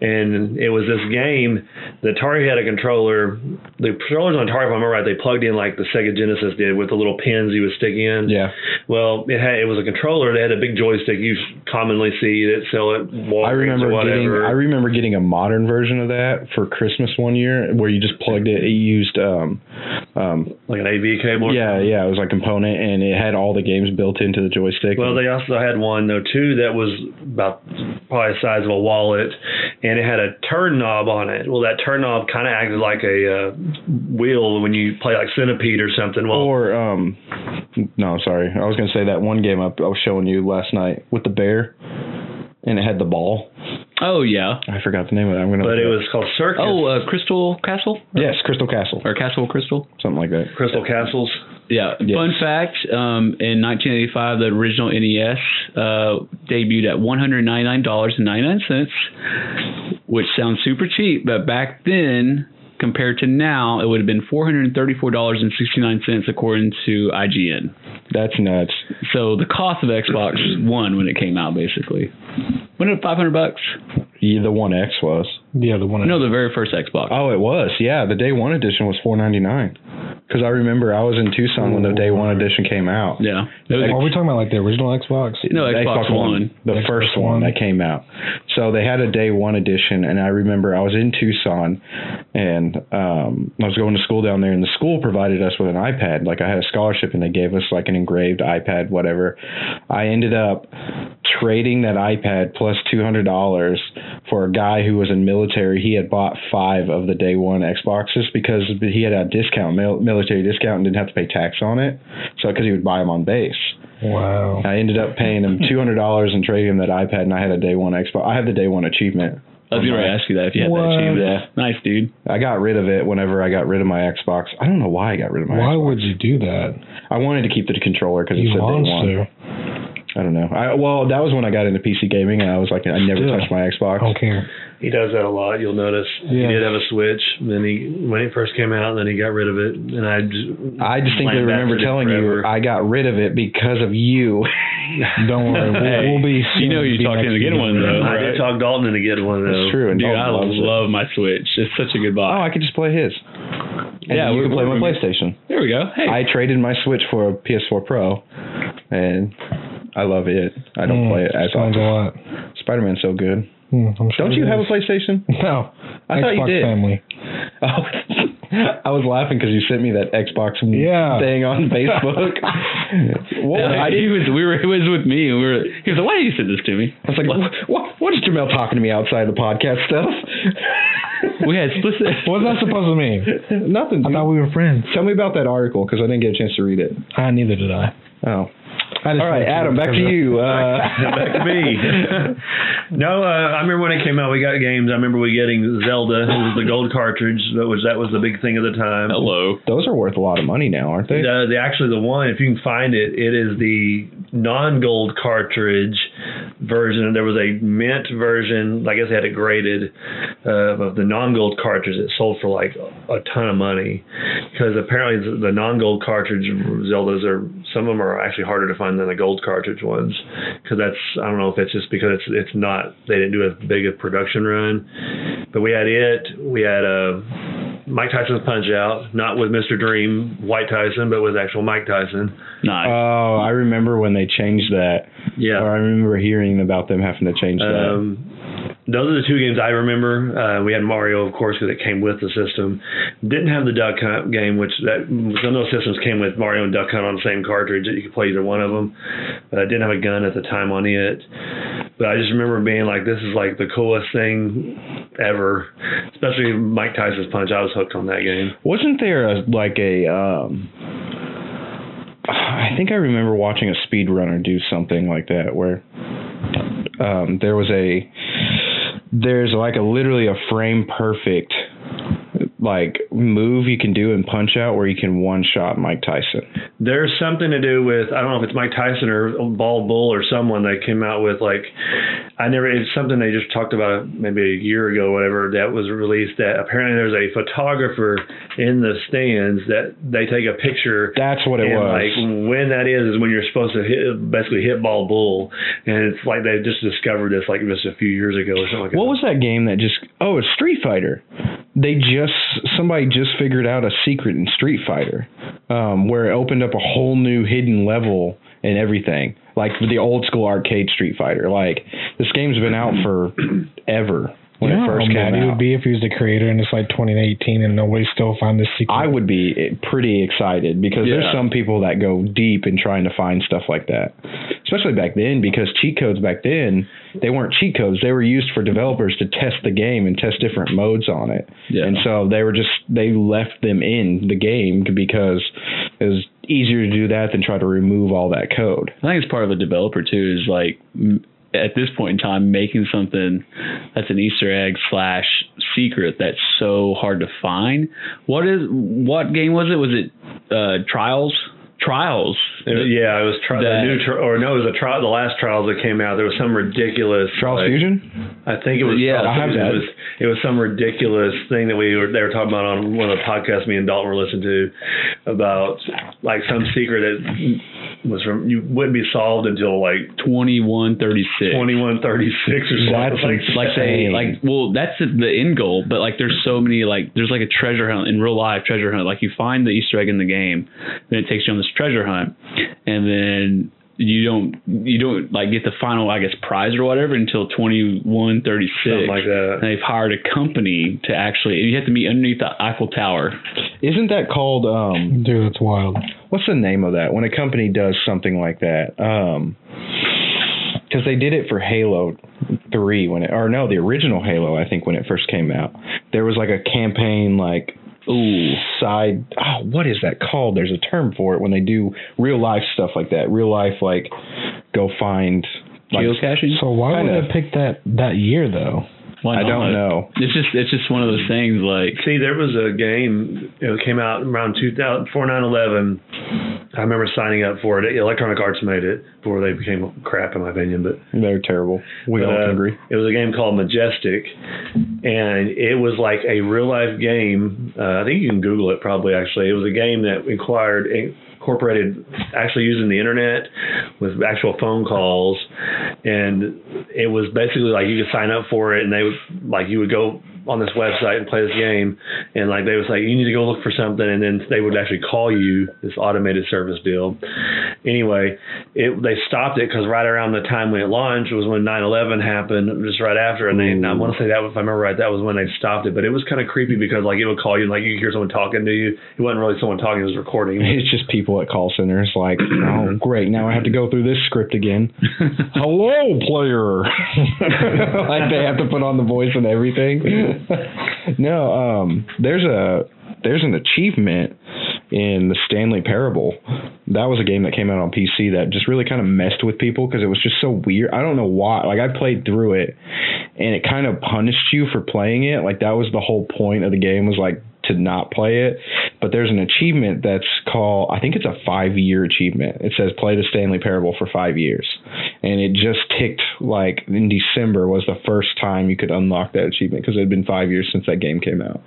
[SPEAKER 2] and it was this game. The Atari had a controller. The controllers on Atari, if I remember right, they plugged in like the Sega Genesis did with the little pins you would stick in.
[SPEAKER 1] Yeah.
[SPEAKER 2] Well, it had it was a controller that had a big joystick you commonly see that sell at
[SPEAKER 1] I
[SPEAKER 2] Walgreens or
[SPEAKER 1] remember getting
[SPEAKER 2] whatever.
[SPEAKER 1] I remember getting a modern version of that for Christmas one year where you just plugged it. It used um, um,
[SPEAKER 2] like an AV cable.
[SPEAKER 1] yeah, yeah. It was like component, and it had all the games built into the joystick.
[SPEAKER 2] Well, they also had one though too that was about probably the size of a wallet, and it had a turn knob on it. Well, that turn knob kind of acted like a uh, wheel when you play like Centipede or something. Well,
[SPEAKER 1] or um, no, sorry, I was gonna say that one game I, I was showing you last night with the bear, and it had the ball.
[SPEAKER 3] Oh yeah.
[SPEAKER 1] I forgot the name of it. I'm gonna.
[SPEAKER 2] but
[SPEAKER 1] look
[SPEAKER 2] it
[SPEAKER 1] up.
[SPEAKER 2] was called Circus.
[SPEAKER 3] Oh, uh, Crystal Castle
[SPEAKER 1] yes, Crystal Castle,
[SPEAKER 3] or Castle Crystal.
[SPEAKER 1] something like that.
[SPEAKER 2] Crystal Castles.
[SPEAKER 3] Yeah.
[SPEAKER 1] Yes.
[SPEAKER 3] Fun fact: um, in 1985, the original E NES uh, debuted at 199 dollars and 99 cents. which sounds super cheap, but back then compared to now, it would have been four hundred and thirty-four dollars and sixty-nine cents according to IGN.
[SPEAKER 1] That's nuts.
[SPEAKER 3] So the cost of Xbox One when it came out, basically, went up five hundred bucks.
[SPEAKER 1] Yeah, the One X was.
[SPEAKER 4] Yeah, the one.
[SPEAKER 3] No, the very first Xbox.
[SPEAKER 1] Oh, it was. Yeah, the day one edition was four ninety nine. Because I remember I was in Tucson when the day one edition came out.
[SPEAKER 3] yeah, that was
[SPEAKER 4] Are we talking about like the original Xbox?
[SPEAKER 3] a, no Xbox, One.
[SPEAKER 1] the
[SPEAKER 4] Xbox
[SPEAKER 1] first one
[SPEAKER 4] One.
[SPEAKER 1] that came out. So they had a day one edition, and I remember I was in Tucson, and um, I was going to school down there, and the school provided us with an iPad. Like I had a scholarship, and they gave us like an engraved iPad, whatever. I ended up trading that iPad plus two hundred dollars for a guy who was in military. He had bought five of the day one Xboxes because he had a discount, mil- military discount, and didn't have to pay tax on it. So because he would buy them on base.
[SPEAKER 4] Wow.
[SPEAKER 1] I ended up paying him two hundred dollars and trading him that iPad, and I had a day one Xbox. I had the day one achievement.
[SPEAKER 3] I was gonna ask you that if you had that
[SPEAKER 4] What?
[SPEAKER 3] achievement. Nice, dude.
[SPEAKER 1] I got rid of it whenever I got rid of my Xbox. I don't know why I got rid of my.
[SPEAKER 4] Why
[SPEAKER 1] Xbox.
[SPEAKER 4] would you do that?
[SPEAKER 1] I wanted to keep the controller because it
[SPEAKER 4] You
[SPEAKER 1] said day one.
[SPEAKER 4] monster.
[SPEAKER 1] I don't know. I, well, that was when I got into PC gaming, and I was like, I never
[SPEAKER 4] Still.
[SPEAKER 1] touched my Xbox.
[SPEAKER 4] I don't care.
[SPEAKER 2] He does that a lot. You'll notice he
[SPEAKER 4] Yeah.
[SPEAKER 2] did have a Switch. and Then he when it first came out, then he got rid of it. And I just,
[SPEAKER 1] I distinctly
[SPEAKER 2] blamed that
[SPEAKER 1] remember
[SPEAKER 2] for it
[SPEAKER 1] telling you
[SPEAKER 2] forever.
[SPEAKER 1] I got rid of it because of you.
[SPEAKER 4] Don't worry. We'll,
[SPEAKER 3] Hey,
[SPEAKER 4] we'll be.
[SPEAKER 3] You
[SPEAKER 4] soon.
[SPEAKER 3] know, you
[SPEAKER 4] Be
[SPEAKER 3] talked him
[SPEAKER 4] next
[SPEAKER 3] to get
[SPEAKER 4] year.
[SPEAKER 3] one though.
[SPEAKER 2] I did talk Dalton into getting one though.
[SPEAKER 1] That's true. And
[SPEAKER 3] Dude,
[SPEAKER 1] Dalton
[SPEAKER 3] I
[SPEAKER 1] loves it.
[SPEAKER 3] love my Switch. It's such a good
[SPEAKER 1] Oh, I
[SPEAKER 3] box.
[SPEAKER 1] could just play his. And
[SPEAKER 3] Yeah,
[SPEAKER 1] you
[SPEAKER 3] we're-
[SPEAKER 1] can play my
[SPEAKER 3] we're-
[SPEAKER 1] PlayStation.
[SPEAKER 3] There we go. Hey,
[SPEAKER 1] I traded my Switch for a PS4 Pro, and I love it. I don't
[SPEAKER 4] Mm,
[SPEAKER 1] play it as
[SPEAKER 4] sounds a
[SPEAKER 1] often.
[SPEAKER 4] lot.
[SPEAKER 1] Spider Man's so good.
[SPEAKER 4] Mm, I'm sure
[SPEAKER 1] Don't
[SPEAKER 4] it
[SPEAKER 1] you have a
[SPEAKER 4] is.
[SPEAKER 1] PlayStation?
[SPEAKER 4] No.
[SPEAKER 1] I
[SPEAKER 4] Xbox
[SPEAKER 1] thought you did.
[SPEAKER 4] family.
[SPEAKER 1] Oh, I was laughing because you sent me that Xbox
[SPEAKER 4] Yeah.
[SPEAKER 1] thing on Facebook. what
[SPEAKER 3] Yeah,
[SPEAKER 1] I,
[SPEAKER 3] he was we were he was with me. and We were he was like, why did you send this to me?
[SPEAKER 1] I was like, what, what, what is Jamel talking to me outside the podcast stuff?
[SPEAKER 3] We had split.
[SPEAKER 4] What's that supposed to mean?
[SPEAKER 1] Nothing.
[SPEAKER 4] I
[SPEAKER 1] dude.
[SPEAKER 4] thought we were friends.
[SPEAKER 1] Tell me about that article because I didn't get a chance to read it.
[SPEAKER 4] I neither did I.
[SPEAKER 1] Oh.
[SPEAKER 4] I just
[SPEAKER 1] All right, Adam, back to you. Uh,
[SPEAKER 2] back to me. no, uh, I remember when it came out, we got games. I remember we getting Zelda, it was the gold cartridge. That was that was the big thing at the time.
[SPEAKER 3] Hello.
[SPEAKER 1] Those are worth a lot of money now, aren't they?
[SPEAKER 2] The, the actually the one, if you can find it, it is the non-gold cartridge version. There was a mint version. I guess they had it graded uh, of the non-gold cartridge. It sold for like a ton of money because apparently the- the non-gold cartridge Zeldas are some of them are actually harder to find than the gold cartridge ones because that's I don't know if it's just because it's it's not they didn't do as big a production run, but we had it. We had Uh, Mike Tyson's Punch Out, not with Mr. Dream, White Tyson, but with actual Mike Tyson.
[SPEAKER 3] Nice.
[SPEAKER 1] Oh, I remember when they changed that. Or I
[SPEAKER 2] Yeah.
[SPEAKER 1] remember hearing about them having to change that.
[SPEAKER 2] Um, those are the two games I remember. Uh, we had Mario, of course, because it came with the system. Didn't have the Duck Hunt game, which that some of those systems came with Mario and Duck Hunt on the same cartridge. That you could play either one of them. But I didn't have a gun at the time on it. But I just remember being like, "This is like the coolest thing ever," especially Mike Tyson's Punch. I was hooked on that game.
[SPEAKER 1] Wasn't there a like a um I think I remember watching a speedrunner do something like that where um there was a there's like a literally a frame perfect like move you can do in punch out where you can one shot Mike Tyson.
[SPEAKER 2] There's something to do with I don't know if it's Mike Tyson or Bald Bull or someone that came out with like I never it's something they just talked about maybe a year ago whatever that was released that apparently there's a photographer in the stands that they take a picture
[SPEAKER 1] That's what it
[SPEAKER 2] and
[SPEAKER 1] was.
[SPEAKER 2] like when that is is when you're supposed to hit basically hit Bald Bull and it's like they just discovered this like just a few years ago or something like
[SPEAKER 1] What
[SPEAKER 2] that.
[SPEAKER 1] was that game that just? Oh, it's Street Fighter. They just somebody just figured out a secret in Street Fighter, um, where it opened up a whole new hidden level and everything, like the old school arcade Street Fighter. Like this game's been out for ever when
[SPEAKER 4] you know
[SPEAKER 1] it first
[SPEAKER 4] how mad
[SPEAKER 1] came
[SPEAKER 4] he
[SPEAKER 1] out.
[SPEAKER 4] would be if he was the creator and it's like 2018 and nobody still found this secret.
[SPEAKER 1] I would be eh, pretty excited because
[SPEAKER 3] Yeah.
[SPEAKER 1] there's some people that go deep in trying to find stuff like that, especially back then because cheat codes back then they weren't cheat codes; they were used for developers to test the game and test different modes on it.
[SPEAKER 3] Yeah.
[SPEAKER 1] And so they were just they left them in the game because it was easier to do that than try to remove all that code.
[SPEAKER 3] I think it's part of a developer too. Is like m- at this point in time making something that's an Easter egg slash secret that's so hard to find. What is what game was it? Was it uh, Trials? trials.
[SPEAKER 2] yeah, it was tri- the
[SPEAKER 3] that-
[SPEAKER 2] new tri- or no, it was a trial. The last trials that came out, there was some ridiculous
[SPEAKER 1] Charles
[SPEAKER 2] like-
[SPEAKER 1] Fusion?
[SPEAKER 2] I think it was. oh,
[SPEAKER 3] Yeah,
[SPEAKER 1] I have that.
[SPEAKER 2] It was, it was some ridiculous thing that we were they were talking about on one of the podcasts me and Dalton were listening to about like some secret that was from you wouldn't be solved until like
[SPEAKER 3] 2136.
[SPEAKER 2] twenty one thirty six or
[SPEAKER 1] That's
[SPEAKER 2] something.
[SPEAKER 1] insane.
[SPEAKER 3] like they
[SPEAKER 1] Dang.
[SPEAKER 3] like well that's the end goal but like there's so many like there's like a treasure hunt in real life treasure hunt like you find the easter egg in the game then it takes you on this treasure hunt and then you don't you don't like get the final i guess prize or whatever until 2136
[SPEAKER 2] Something like that.
[SPEAKER 3] and they've hired a company to actually you have to meet underneath the eiffel tower
[SPEAKER 1] Isn't that called um
[SPEAKER 4] Dude, that's wild.
[SPEAKER 1] what's the name of that when a company does something like that? Um because they did it for Halo 3 when it or no, the original Halo I think when it first came out. There was like a campaign like
[SPEAKER 3] ooh
[SPEAKER 1] side oh, what is that called? There's a term for it when they do real life stuff like that. Real life like go find like,
[SPEAKER 3] geocaching
[SPEAKER 4] So why
[SPEAKER 1] Kinda.
[SPEAKER 4] would they pick that that year though?
[SPEAKER 3] Why
[SPEAKER 1] I
[SPEAKER 3] not?
[SPEAKER 1] don't know.
[SPEAKER 3] it's just it's just one of those things like
[SPEAKER 2] See, there was a game. It came out around 2000, before 9/11. I remember signing up for it. Electronic Arts made it before they became crap, in my opinion. But
[SPEAKER 1] They're terrible. We
[SPEAKER 2] but,
[SPEAKER 1] all
[SPEAKER 2] uh,
[SPEAKER 1] can agree.
[SPEAKER 2] It was a game called Majestic, and it was like a real life game. Uh, I think you can Google it probably. Actually, it was a game that required incorporated actually using the internet with actual phone calls, and it was basically like you could sign up for it, and they would like you would go on this website and play this game and like they was like you need to go look for something and then they would actually call you this automated service deal anyway it they stopped it because right around the time when it launched was when 9-11 happened just right after and they and i want to say that if i remember right that was when they stopped it but it was kind of creepy because like it would call you and like you could hear someone talking to you it wasn't really someone talking it was recording
[SPEAKER 1] It's just people at call centers like, oh, great, now I have to go through this script again. Hello, player. like they have to put on the voice and everything. no, um, there's a there's an achievement in the Stanley Parable. That was a game that came out on PC that just really kind of messed with people because it was just so weird. I don't know why. Like I played through it, and it kind of punished you for playing it. Like that was the whole point of the game was like to not play it. But there's an achievement that's called I think it's a five year achievement. It says play the Stanley Parable for five years. And it just ticked like in December was the first time you could unlock that achievement because it had been five years since that game came out.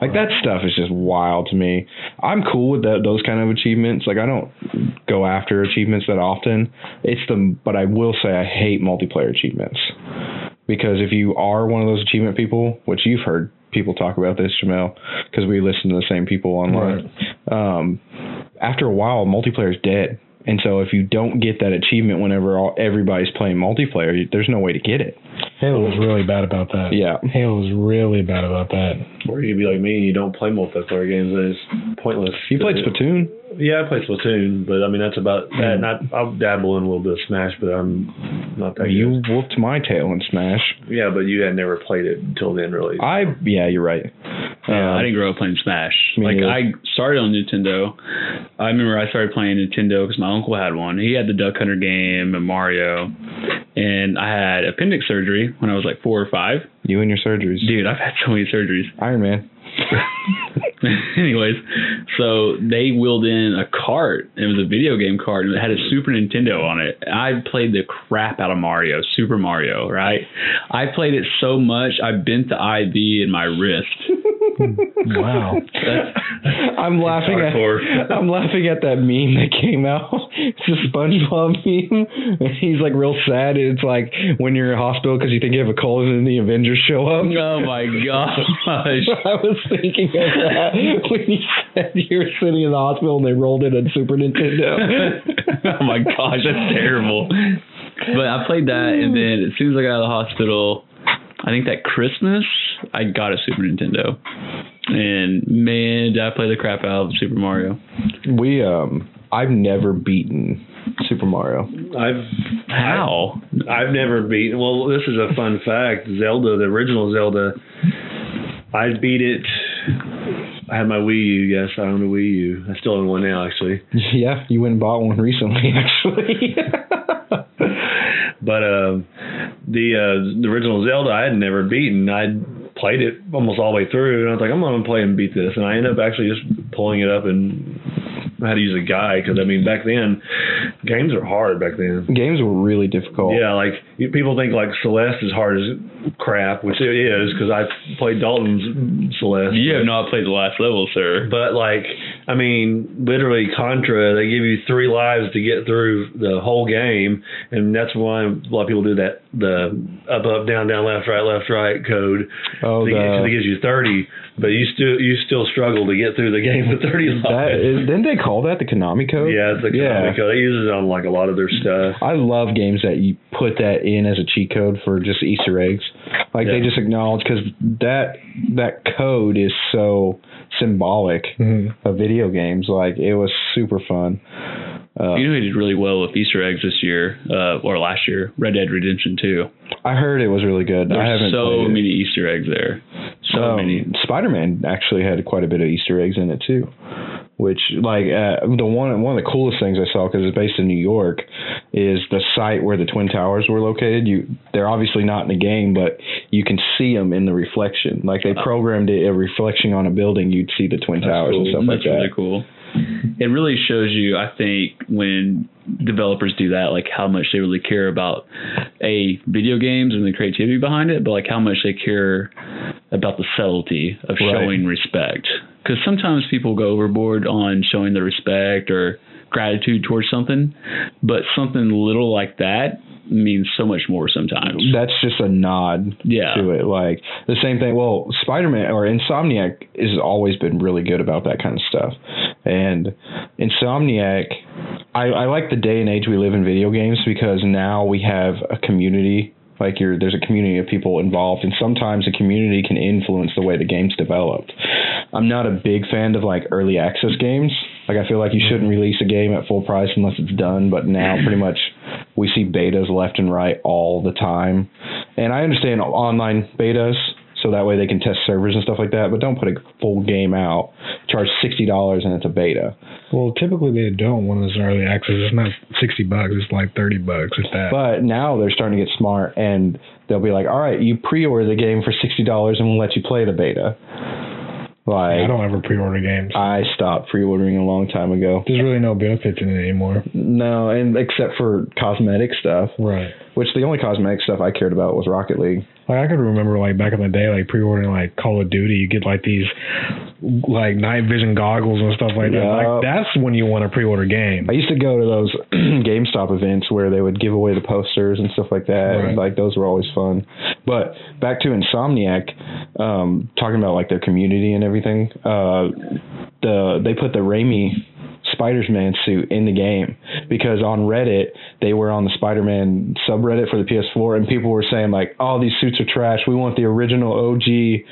[SPEAKER 1] Like that stuff is just wild to me. I'm cool with that, those kind of achievements. Like I don't go after achievements that often. It's the but I will say I hate multiplayer achievements because if you are one of those achievement people, which you've heard people talk about this, Jamel, because we listen to the same people online. Um, after a while, multiplayer is dead, and so if you don't get that achievement whenever all, everybody's playing multiplayer, you- there's no way to get it.
[SPEAKER 4] Halo was really bad about that.
[SPEAKER 1] Yeah.
[SPEAKER 4] Halo was really bad about that.
[SPEAKER 2] or you'd be like me and you don't play multiplayer games and it's pointless
[SPEAKER 1] You played Splatoon.
[SPEAKER 2] yeah i played splatoon but i mean that's about
[SPEAKER 1] Hmm.
[SPEAKER 2] that and I, i'll dabble in a little bit of smash but i'm not that good.
[SPEAKER 1] You whooped my tail in Smash.
[SPEAKER 2] Yeah, but you had never played it until then, really.
[SPEAKER 1] I yeah, you're right.
[SPEAKER 3] Yeah, Uh, I
[SPEAKER 1] Um,
[SPEAKER 3] didn't grow up playing Smash.
[SPEAKER 1] Me
[SPEAKER 3] Like
[SPEAKER 1] neither.
[SPEAKER 3] I started on Nintendo. I remember I started playing Nintendo because my uncle had one. He had the Duck Hunter game and Mario. And I had appendix surgery when I was like four or five.
[SPEAKER 1] you and your surgeries.
[SPEAKER 3] Dude, I've had so many surgeries.
[SPEAKER 1] Iron Man.
[SPEAKER 3] Anyways, so they wheeled in a cart. It was a video game cart, and it had a Super Nintendo on it. I played the crap out of Mario, Super Mario, right? I played it so much, I bent the IV in my wrist.
[SPEAKER 4] Wow.
[SPEAKER 1] I'm laughing at
[SPEAKER 2] hardcore.
[SPEAKER 1] I'm laughing at that meme that came out. It's a SpongeBob meme. And he's like real sad. It's like when you're in hospital because you think you have a cold and then the Avengers show up.
[SPEAKER 3] Oh my gosh.
[SPEAKER 1] I was thinking of that when you said you were sitting in the hospital and they rolled in a Super Nintendo.
[SPEAKER 3] oh my gosh, that's terrible. But I played that, and then as soon as I got out of the hospital, I think that Christmas I got a Super Nintendo, and man, did I play the crap out of Super Mario.
[SPEAKER 1] we um, I've never beaten Super Mario.
[SPEAKER 2] I've
[SPEAKER 3] How?
[SPEAKER 2] I've never beat. Well, this is a fun fact. Zelda, the original Zelda, I beat it. I had my Wii U. Yes, I own a Wii U. I still own one now, actually.
[SPEAKER 1] Yeah, you went and bought one recently, actually.
[SPEAKER 2] But um, the uh, the original Zelda, I had never beaten. I played it almost all the way through, and I was like, I'm gonna play and beat this. And I ended up actually just pulling it up and how to use a guide because I mean back then games are hard back then.
[SPEAKER 1] Games were really difficult.
[SPEAKER 2] Yeah, like you- people think like Celeste is hard as crap, which it is because I played Dalton's Celeste.
[SPEAKER 3] You have not played the last level, sir.
[SPEAKER 2] But like, I mean, literally Contra, they give you three lives to get through the whole game, and that's why a lot of people do that the up, up, down, down, left, right, left, right code.
[SPEAKER 1] Oh,
[SPEAKER 2] They- 'cause it
[SPEAKER 1] the,
[SPEAKER 2] gives you thirty, but you still you still struggle to get through the game with thirty
[SPEAKER 1] that
[SPEAKER 2] lives.
[SPEAKER 1] is, didn't they call that the Konami code?
[SPEAKER 2] yeah, it's a
[SPEAKER 1] Yeah.
[SPEAKER 2] yeah. code. They use it on like a lot of their stuff.
[SPEAKER 1] I love games that you put that in as a cheat code for just Easter eggs. Like they
[SPEAKER 2] Yeah.
[SPEAKER 1] just acknowledge because that that code is so symbolic
[SPEAKER 4] Mhm.
[SPEAKER 1] of video games. Like it was super fun. Uh,
[SPEAKER 3] You know who did really well with Easter eggs this year uh, or last year? Red Dead Redemption 2.
[SPEAKER 1] I heard it was really good. I
[SPEAKER 3] There's
[SPEAKER 1] haven't
[SPEAKER 3] so
[SPEAKER 1] played it.
[SPEAKER 3] many Easter eggs there. So
[SPEAKER 1] um,
[SPEAKER 3] many.
[SPEAKER 1] Spider-Man actually had quite a bit of Easter eggs in it too, which like uh, the one one of the coolest things I saw because it's based in New York is the site where the twin towers were located. You they're obviously not in the game, but you can see them in the reflection. Like they programmed it a reflection on a building, you'd see the twin towers and
[SPEAKER 2] cool.
[SPEAKER 1] stuff
[SPEAKER 3] That's
[SPEAKER 1] like that.
[SPEAKER 3] really cool. It really shows you, I think, when developers do that, like how much they really care about a video games and the creativity behind it, but like how much they care about the subtlety of
[SPEAKER 1] Right.
[SPEAKER 3] showing respect. Because sometimes people go overboard on showing their respect or gratitude towards something, but something little like that means so much more sometimes.
[SPEAKER 1] That's just a nod
[SPEAKER 3] Yeah.
[SPEAKER 1] to it. Like the same thing. Well, Spider Man or Insomniac has always been really good about that kind of stuff. And Insomniac, I, I like the day and age we live in video games because now we have a community. Like you're, there's a community of people involved, and sometimes the community can influence the way the game's developed. I'm not a big fan of like early access games. Like I feel like you shouldn't release a game at full price unless it's done. But now pretty much we see betas left and right all the time. And I understand online betas, so that way they can test servers and stuff like that. But don't put a full game out, charge sixty dollars, and it's a beta.
[SPEAKER 4] Well, typically they don't when it's early access. It's not sixty bucks. It's like thirty bucks if that.
[SPEAKER 1] But now they're starting to get smart, and they'll be like, "All right, you pre-order the game for sixty dollars, and we'll let you play the beta."
[SPEAKER 4] I
[SPEAKER 1] Like
[SPEAKER 4] don't ever pre-order games.
[SPEAKER 1] I stopped pre-ordering a long time ago.
[SPEAKER 4] There's really no benefits in it anymore.
[SPEAKER 1] No, and except for cosmetic stuff,
[SPEAKER 4] Right.
[SPEAKER 1] which the only cosmetic stuff I cared about was Rocket League.
[SPEAKER 4] Like I could remember, like back in the day, like pre-ordering like Call of Duty, you get like these like night vision goggles and stuff like that.
[SPEAKER 1] Yup.
[SPEAKER 4] Like that's when you want to pre-order game.
[SPEAKER 1] I used to go to those GameStop events where they would give away the posters and stuff like that.
[SPEAKER 4] Right.
[SPEAKER 1] Like those were always fun. But back to Insomniac, um, talking about like their community and everything. Uh, the they put the Raimi Spider-Man suit in the game because on Reddit they were on the Spider-Man subreddit for the PS4 and people were saying like, "Oh, these suits are trash. We want the original OG."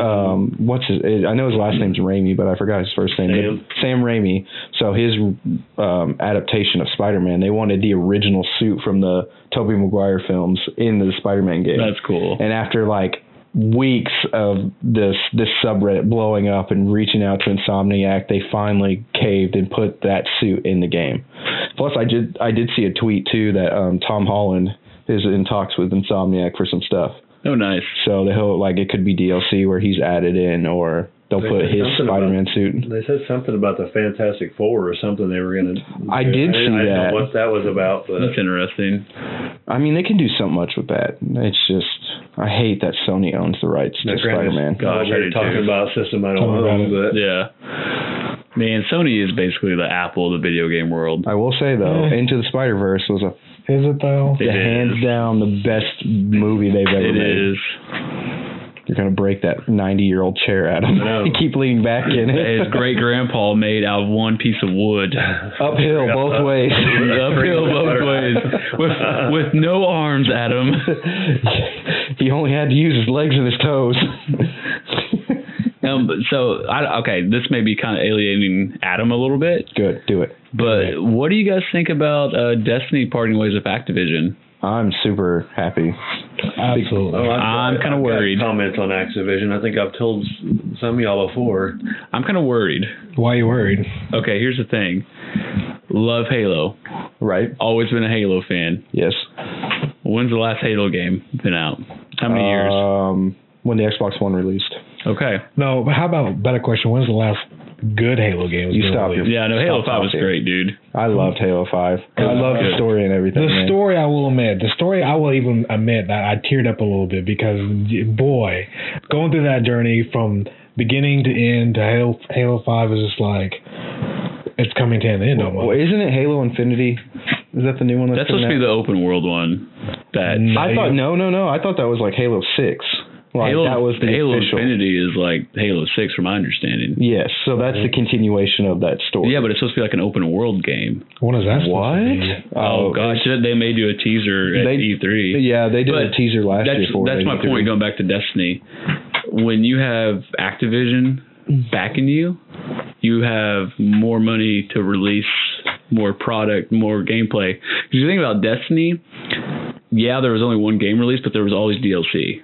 [SPEAKER 1] Um, what's his? I know his last name's Raimi, but I forgot his first name.
[SPEAKER 2] Sam.
[SPEAKER 1] Sam Raimi. So his um, adaptation of Spider-Man, they wanted the original suit from the Tobey Maguire films in the Spider-Man game.
[SPEAKER 3] That's cool.
[SPEAKER 1] and after like weeks of this this subreddit blowing up and reaching out to Insomniac, they finally caved and put that suit in the game. Plus, I did I did see a tweet too that um, Tom Holland is in talks with Insomniac for some stuff.
[SPEAKER 3] Oh, nice.
[SPEAKER 1] So the whole like it could be DLC where he's added in or. They'll
[SPEAKER 2] They
[SPEAKER 1] put
[SPEAKER 2] said
[SPEAKER 1] his
[SPEAKER 2] something about-
[SPEAKER 1] Spider-Man suit.
[SPEAKER 2] They said something about the Fantastic Four or something they were gonna.
[SPEAKER 1] I did
[SPEAKER 2] I didn't,
[SPEAKER 1] see
[SPEAKER 2] I didn't
[SPEAKER 1] that.
[SPEAKER 2] know what that was about, but
[SPEAKER 3] That's interesting.
[SPEAKER 1] I mean, they can do so much with that. It's just, I hate that Sony owns the rights to
[SPEAKER 2] Now,
[SPEAKER 1] Spider
[SPEAKER 2] granted,
[SPEAKER 1] Man.
[SPEAKER 2] God,
[SPEAKER 3] Gosh, I
[SPEAKER 2] we're
[SPEAKER 3] do
[SPEAKER 2] talking
[SPEAKER 3] too.
[SPEAKER 2] about a system I don't
[SPEAKER 4] Talking about
[SPEAKER 2] own, but
[SPEAKER 3] Yeah. Man, Sony is basically the Apple of the video game world.
[SPEAKER 1] I will say though,
[SPEAKER 4] Eh.
[SPEAKER 1] Into the Spider Verse was a
[SPEAKER 4] Is it though?
[SPEAKER 1] the
[SPEAKER 3] It
[SPEAKER 1] hands
[SPEAKER 3] is.
[SPEAKER 1] down the best movie they've ever
[SPEAKER 3] It
[SPEAKER 1] made.
[SPEAKER 3] is.
[SPEAKER 1] You're gonna break that 90 year old chair out of
[SPEAKER 2] know.
[SPEAKER 1] You keep leaning back in
[SPEAKER 3] His
[SPEAKER 1] it.
[SPEAKER 3] great grandpa made out of one piece of wood.
[SPEAKER 1] Uphill both ways.
[SPEAKER 3] Uphill both ways. With, with no arms, Adam.
[SPEAKER 1] he only had to use his legs and his toes.
[SPEAKER 3] Um, but so, I, okay, this may be kind of alienating Adam a little bit,
[SPEAKER 1] Good, do it.
[SPEAKER 3] but what do you guys think about uh, Destiny parting ways with Activision?
[SPEAKER 1] I'm super happy.
[SPEAKER 4] Absolutely.
[SPEAKER 2] Oh, I've-
[SPEAKER 3] I'm kinda
[SPEAKER 2] I've got
[SPEAKER 3] worried.
[SPEAKER 2] Comments on Activision. I think I've told some of y'all before.
[SPEAKER 3] I'm kind of worried.
[SPEAKER 4] Why are you worried?
[SPEAKER 3] Okay, here's the thing love Halo.
[SPEAKER 1] Right?
[SPEAKER 3] Always been a Halo fan.
[SPEAKER 1] Yes.
[SPEAKER 3] When's the last Halo game been out? How
[SPEAKER 1] Uh,
[SPEAKER 3] many years?
[SPEAKER 1] Um, when the Xbox One released.
[SPEAKER 3] Okay.
[SPEAKER 4] No, but how about better question? When's the last good Halo games.
[SPEAKER 1] You
[SPEAKER 4] been
[SPEAKER 1] stop
[SPEAKER 4] released.
[SPEAKER 3] Yeah, no, Halo
[SPEAKER 1] Stop
[SPEAKER 3] Five was
[SPEAKER 1] talking.
[SPEAKER 3] great, dude.
[SPEAKER 1] I loved Halo Five. I
[SPEAKER 3] was
[SPEAKER 1] loved the
[SPEAKER 3] good.
[SPEAKER 1] story and everything.
[SPEAKER 4] The
[SPEAKER 1] man.
[SPEAKER 4] story, I will admit, the story, I will even admit that I teared up a little bit because, boy, going through that journey from beginning to end to Halo, Halo 5 is just like, it's coming to an end
[SPEAKER 1] Well,
[SPEAKER 4] almost.
[SPEAKER 1] isn't it Halo Infinity? Is that the new one?
[SPEAKER 3] That's supposed to be the open world one. That
[SPEAKER 4] No,
[SPEAKER 1] I thought no, no, no. I thought that was like Halo Six. Like
[SPEAKER 3] Halo,
[SPEAKER 1] that was the
[SPEAKER 3] Halo
[SPEAKER 1] official.
[SPEAKER 3] Infinity is like Halo Six, from my understanding.
[SPEAKER 1] Yes, so that's the continuation of that story.
[SPEAKER 3] Yeah, but it's supposed to be like an open world game.
[SPEAKER 4] When is that supposed to
[SPEAKER 1] What?
[SPEAKER 4] be?
[SPEAKER 3] Oh, gosh, they may do a teaser at
[SPEAKER 1] They-
[SPEAKER 3] E3.
[SPEAKER 1] Yeah, they did
[SPEAKER 3] But
[SPEAKER 1] a teaser last
[SPEAKER 3] that's
[SPEAKER 1] year for it.
[SPEAKER 3] that's my point. Going back to Destiny, when you have Activision
[SPEAKER 1] Mm.
[SPEAKER 3] backing you, you have more money to release more product, more gameplay. Because you think about Destiny, yeah, there was only one game released, but there was always DLC.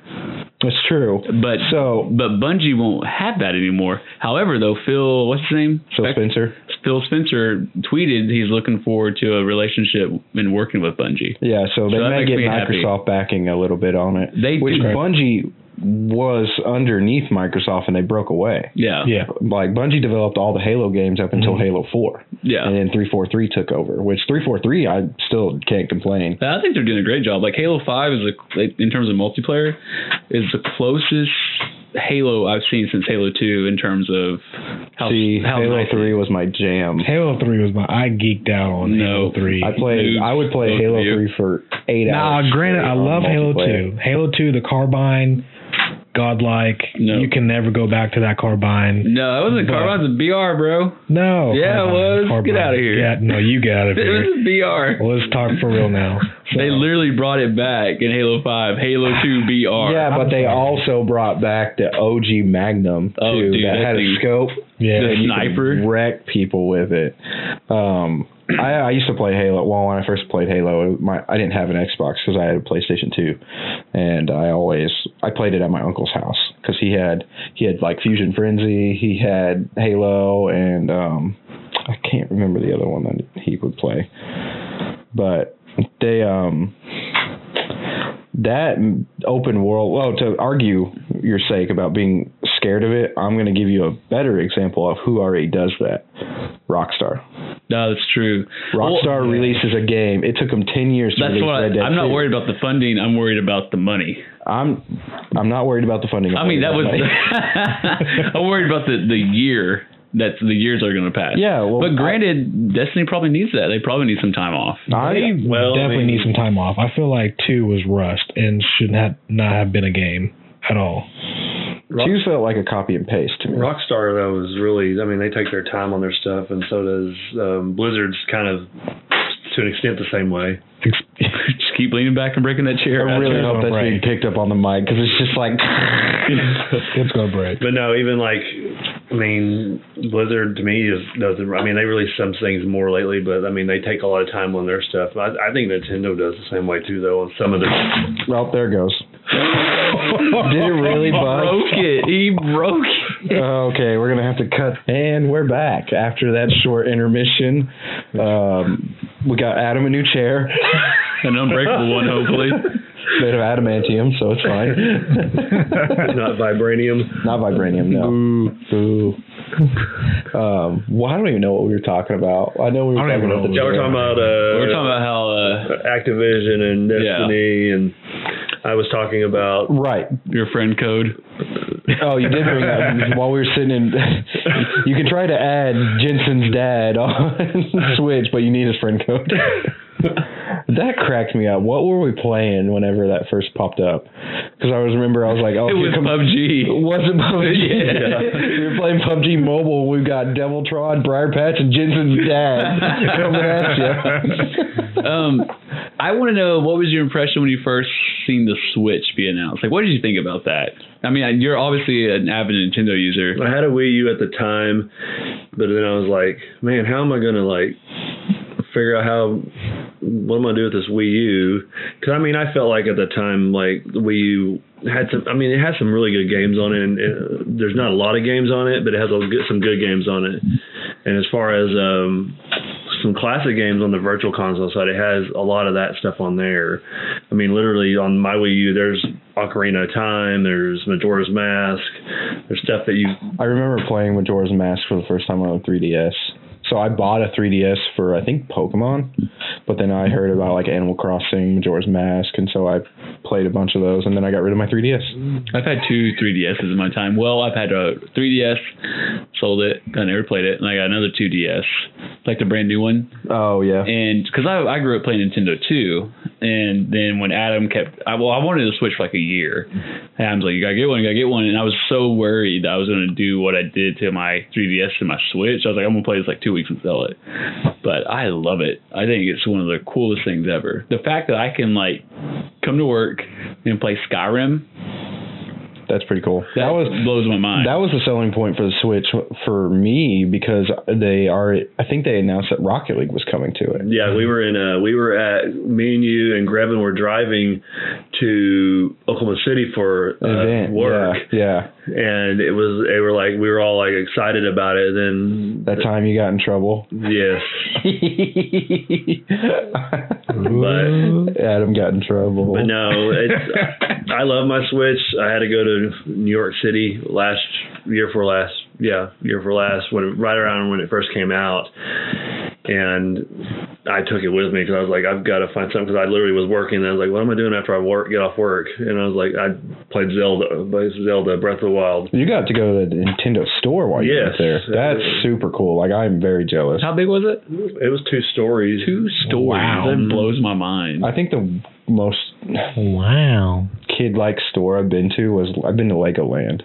[SPEAKER 1] That's true.
[SPEAKER 3] But
[SPEAKER 1] So,
[SPEAKER 3] but Bungie won't have that anymore. However, though, Phil, what's his name?
[SPEAKER 1] Phil
[SPEAKER 3] Spec-
[SPEAKER 1] Spencer.
[SPEAKER 3] Phil Spencer tweeted he's looking forward to a relationship and working with Bungie.
[SPEAKER 1] Yeah, so they
[SPEAKER 3] that
[SPEAKER 1] may
[SPEAKER 3] makes
[SPEAKER 1] get
[SPEAKER 3] me happy.
[SPEAKER 1] Microsoft backing a little bit on it.
[SPEAKER 3] They
[SPEAKER 1] which
[SPEAKER 3] do.
[SPEAKER 1] Bungie was underneath Microsoft and they broke away.
[SPEAKER 3] Yeah, Mm-hmm.
[SPEAKER 4] Yeah.
[SPEAKER 1] Like Bungie developed all the Halo games up until Halo 4.
[SPEAKER 3] yeah.
[SPEAKER 1] And then 343 took over, which 343 I still can't complain.
[SPEAKER 3] I think they're doing a great job. Like Halo Five is a, in terms of multiplayer, is the closest Halo I've seen since Halo Two in terms of how
[SPEAKER 1] See,
[SPEAKER 3] how
[SPEAKER 1] Halo
[SPEAKER 3] nice it
[SPEAKER 1] 3 was my jam.
[SPEAKER 4] Halo 3 was my, I geeked out on
[SPEAKER 3] No.
[SPEAKER 4] Halo 3.
[SPEAKER 1] I played
[SPEAKER 3] Noobs,
[SPEAKER 1] I would play
[SPEAKER 3] both
[SPEAKER 1] Halo
[SPEAKER 3] of you.
[SPEAKER 1] 3 for 8
[SPEAKER 4] Nah,
[SPEAKER 1] hours.
[SPEAKER 4] granted,
[SPEAKER 1] straight
[SPEAKER 4] I
[SPEAKER 1] on
[SPEAKER 4] love Halo
[SPEAKER 1] multiplayer.
[SPEAKER 4] 2. Halo 2, the carbine, godlike.
[SPEAKER 3] No.
[SPEAKER 4] You can never go back to that carbine.
[SPEAKER 3] No, it wasn't Carbine's a BR, bro.
[SPEAKER 4] No.
[SPEAKER 3] Yeah, it
[SPEAKER 4] carbine,
[SPEAKER 3] was. Get
[SPEAKER 4] carbine.
[SPEAKER 3] outta here.
[SPEAKER 4] Yeah, no, you get out of
[SPEAKER 3] It
[SPEAKER 4] here.
[SPEAKER 3] was a BR.
[SPEAKER 4] Well, let's talk for real now. So,
[SPEAKER 3] They literally brought it back in Halo Five, Halo Two BR.
[SPEAKER 1] Yeah, but they
[SPEAKER 4] sorry.
[SPEAKER 1] also brought back the OG Magnum
[SPEAKER 3] Oh,
[SPEAKER 1] too,
[SPEAKER 3] dude,
[SPEAKER 1] that
[SPEAKER 3] that
[SPEAKER 1] had
[SPEAKER 3] thing-
[SPEAKER 1] a scope.
[SPEAKER 4] yeah,
[SPEAKER 3] the
[SPEAKER 1] and you could
[SPEAKER 3] sniper.
[SPEAKER 1] wreck people with it. Um, I, I used to play Halo. Well, when I first played Halo, it- my I didn't have an Xbox because I had a PlayStation Two, and I always I played it at my uncle's house because he had he had like Fusion Frenzy, he had Halo, and um, I can't remember the other one that he would play, but they um. That open world. Well, to argue your sake about being scared of it, I'm going to give you a better example of who already does that. Rockstar.
[SPEAKER 3] No, that's true.
[SPEAKER 1] Rockstar
[SPEAKER 3] Well,
[SPEAKER 1] releases a game. It took them ten years to
[SPEAKER 3] that's
[SPEAKER 1] release
[SPEAKER 3] what I,
[SPEAKER 1] Red Dead
[SPEAKER 3] I'm not
[SPEAKER 1] 2.
[SPEAKER 3] worried about the funding. I'm worried about the money.
[SPEAKER 1] I'm I'm not worried about the funding.
[SPEAKER 3] I mean, that was. I'm worried about the the year that the years are going to pass.
[SPEAKER 1] Yeah, well,
[SPEAKER 3] but
[SPEAKER 1] I-
[SPEAKER 3] granted, Destiny probably needs that. They probably need some time off.
[SPEAKER 1] I,
[SPEAKER 4] they
[SPEAKER 2] well,
[SPEAKER 4] definitely
[SPEAKER 2] I mean-
[SPEAKER 4] need some time off. I feel like two was rushed and should not not have been a game at all.
[SPEAKER 1] two felt like a copy and paste to me.
[SPEAKER 2] Rockstar though is really I mean they take their time on their stuff and so does um, Blizzard's kind of to an extent the same way.
[SPEAKER 4] Ex-
[SPEAKER 3] Just keep leaning back and breaking that
[SPEAKER 1] I
[SPEAKER 3] chair.
[SPEAKER 1] really
[SPEAKER 4] That's
[SPEAKER 1] hope that's being
[SPEAKER 4] right.
[SPEAKER 1] picked up on the mic because it's just like
[SPEAKER 4] It's gonna break.
[SPEAKER 2] But no, even like I mean Blizzard to me is doesn't I mean they release some things more lately, but I mean they take a lot of time on their stuff. I, I think Nintendo does the same way too though on some of their
[SPEAKER 1] well, there it goes. Did it really buzz?
[SPEAKER 3] broke it. He broke it.
[SPEAKER 1] okay, we're gonna have to cut, and we're back after that short intermission. Um, we got Adam a new chair,
[SPEAKER 3] An unbreakable one, hopefully.
[SPEAKER 1] made of adamantium, so it's fine.
[SPEAKER 2] not vibranium.
[SPEAKER 1] Not vibranium, no. Boo. um, well, I don't even know what we were talking about. I know we were
[SPEAKER 4] I don't
[SPEAKER 1] talking about
[SPEAKER 4] even know
[SPEAKER 1] the
[SPEAKER 2] Y'all were talking about uh
[SPEAKER 3] We're talking about how uh,
[SPEAKER 2] Activision and Destiny and I was talking about
[SPEAKER 1] Right.
[SPEAKER 3] your friend Code.
[SPEAKER 1] Oh, you did bring that while we were sitting in. you can try to add Jensen's dad on Switch, but you need his friend code. that cracked me up. What were we playing whenever that first popped up? Because I always remember I was like, oh,
[SPEAKER 3] It
[SPEAKER 1] here
[SPEAKER 3] was
[SPEAKER 1] comes-
[SPEAKER 3] PUBG.
[SPEAKER 1] Was it PUBG?
[SPEAKER 3] Yeah.
[SPEAKER 1] we were playing PUBG Mobile. We've got Deviltron, Briar Patch, and Jensen's dad coming at you.
[SPEAKER 3] Um, I want to know what was your impression when you first seen the Switch be announced? Like, what did you think about that? I mean, you're obviously an avid Nintendo user.
[SPEAKER 2] I had a Wii U at the time, but then I was like, man, how am I gonna like figure out how what am I gonna do with this Wii U? Because I mean, I felt like at the time like the Wii U had some. I mean, it had some really good games on it. And it, there's not a lot of games on it, but it has a good, some good games on it. And as far as um, some classic games on the virtual console side, it has a lot of that stuff on there. I mean, literally on my Wii U, there's Ocarina of Time, there's Majora's Mask, there's stuff that you
[SPEAKER 1] I remember playing Majora's Mask for the first time on a 3DS. So I bought a 3DS for I think Pokemon, but then I heard about like Animal Crossing, Majora's Mask, and so I played a bunch of those, and then I got rid of my 3DS.
[SPEAKER 3] I've had two 3DSs in my time. Well, I've had a 3DS, sold it, I never played it, and I got another 2DS, like the brand new one.
[SPEAKER 1] Oh yeah,
[SPEAKER 3] And because I, I grew up playing Nintendo too, and then when Adam kept, I, well, I wanted to switch for like a year. And Adam's like, you gotta get one, you gotta get one, and I was so worried that I was gonna do what I did to my 3DS and my Switch. I was like, I'm gonna play this like two weeks and sell it. But I love it. I think it's one of the coolest things ever. The fact that I can like come to work and play Skyrim
[SPEAKER 1] that's pretty cool.
[SPEAKER 3] that, was blows my mind.
[SPEAKER 1] That was the selling point for the Switch for me because they are. I think they announced that Rocket League was coming to it.
[SPEAKER 2] Yeah, we were in uh we were at me and you and Grevin were driving to Oklahoma City for uh,
[SPEAKER 1] Event,
[SPEAKER 2] work,
[SPEAKER 1] Yeah, yeah.
[SPEAKER 2] and it was they were like we were all like excited about it. And
[SPEAKER 1] That time you got in trouble.
[SPEAKER 2] then yes, but
[SPEAKER 1] Adam got in trouble.
[SPEAKER 2] but no, it's I love my Switch. I had to go to New York City last year for last yeah year for last when right around when it first came out, and I took it with me because I was like I've got to find something because I literally was working. And I was like, what am I doing after I work get off work? And I was like, I played Zelda, played Zelda Breath of the Wild.
[SPEAKER 1] You got to go to the Nintendo store while you were
[SPEAKER 2] Yes.
[SPEAKER 1] there. That's super cool. Like I'm very jealous.
[SPEAKER 3] How big was it?
[SPEAKER 2] It was two stories.
[SPEAKER 3] Two stories.
[SPEAKER 4] Wow.
[SPEAKER 3] That blows my mind.
[SPEAKER 1] I think the most
[SPEAKER 4] Wow.
[SPEAKER 1] kid like store I've been to was I've been to Legoland,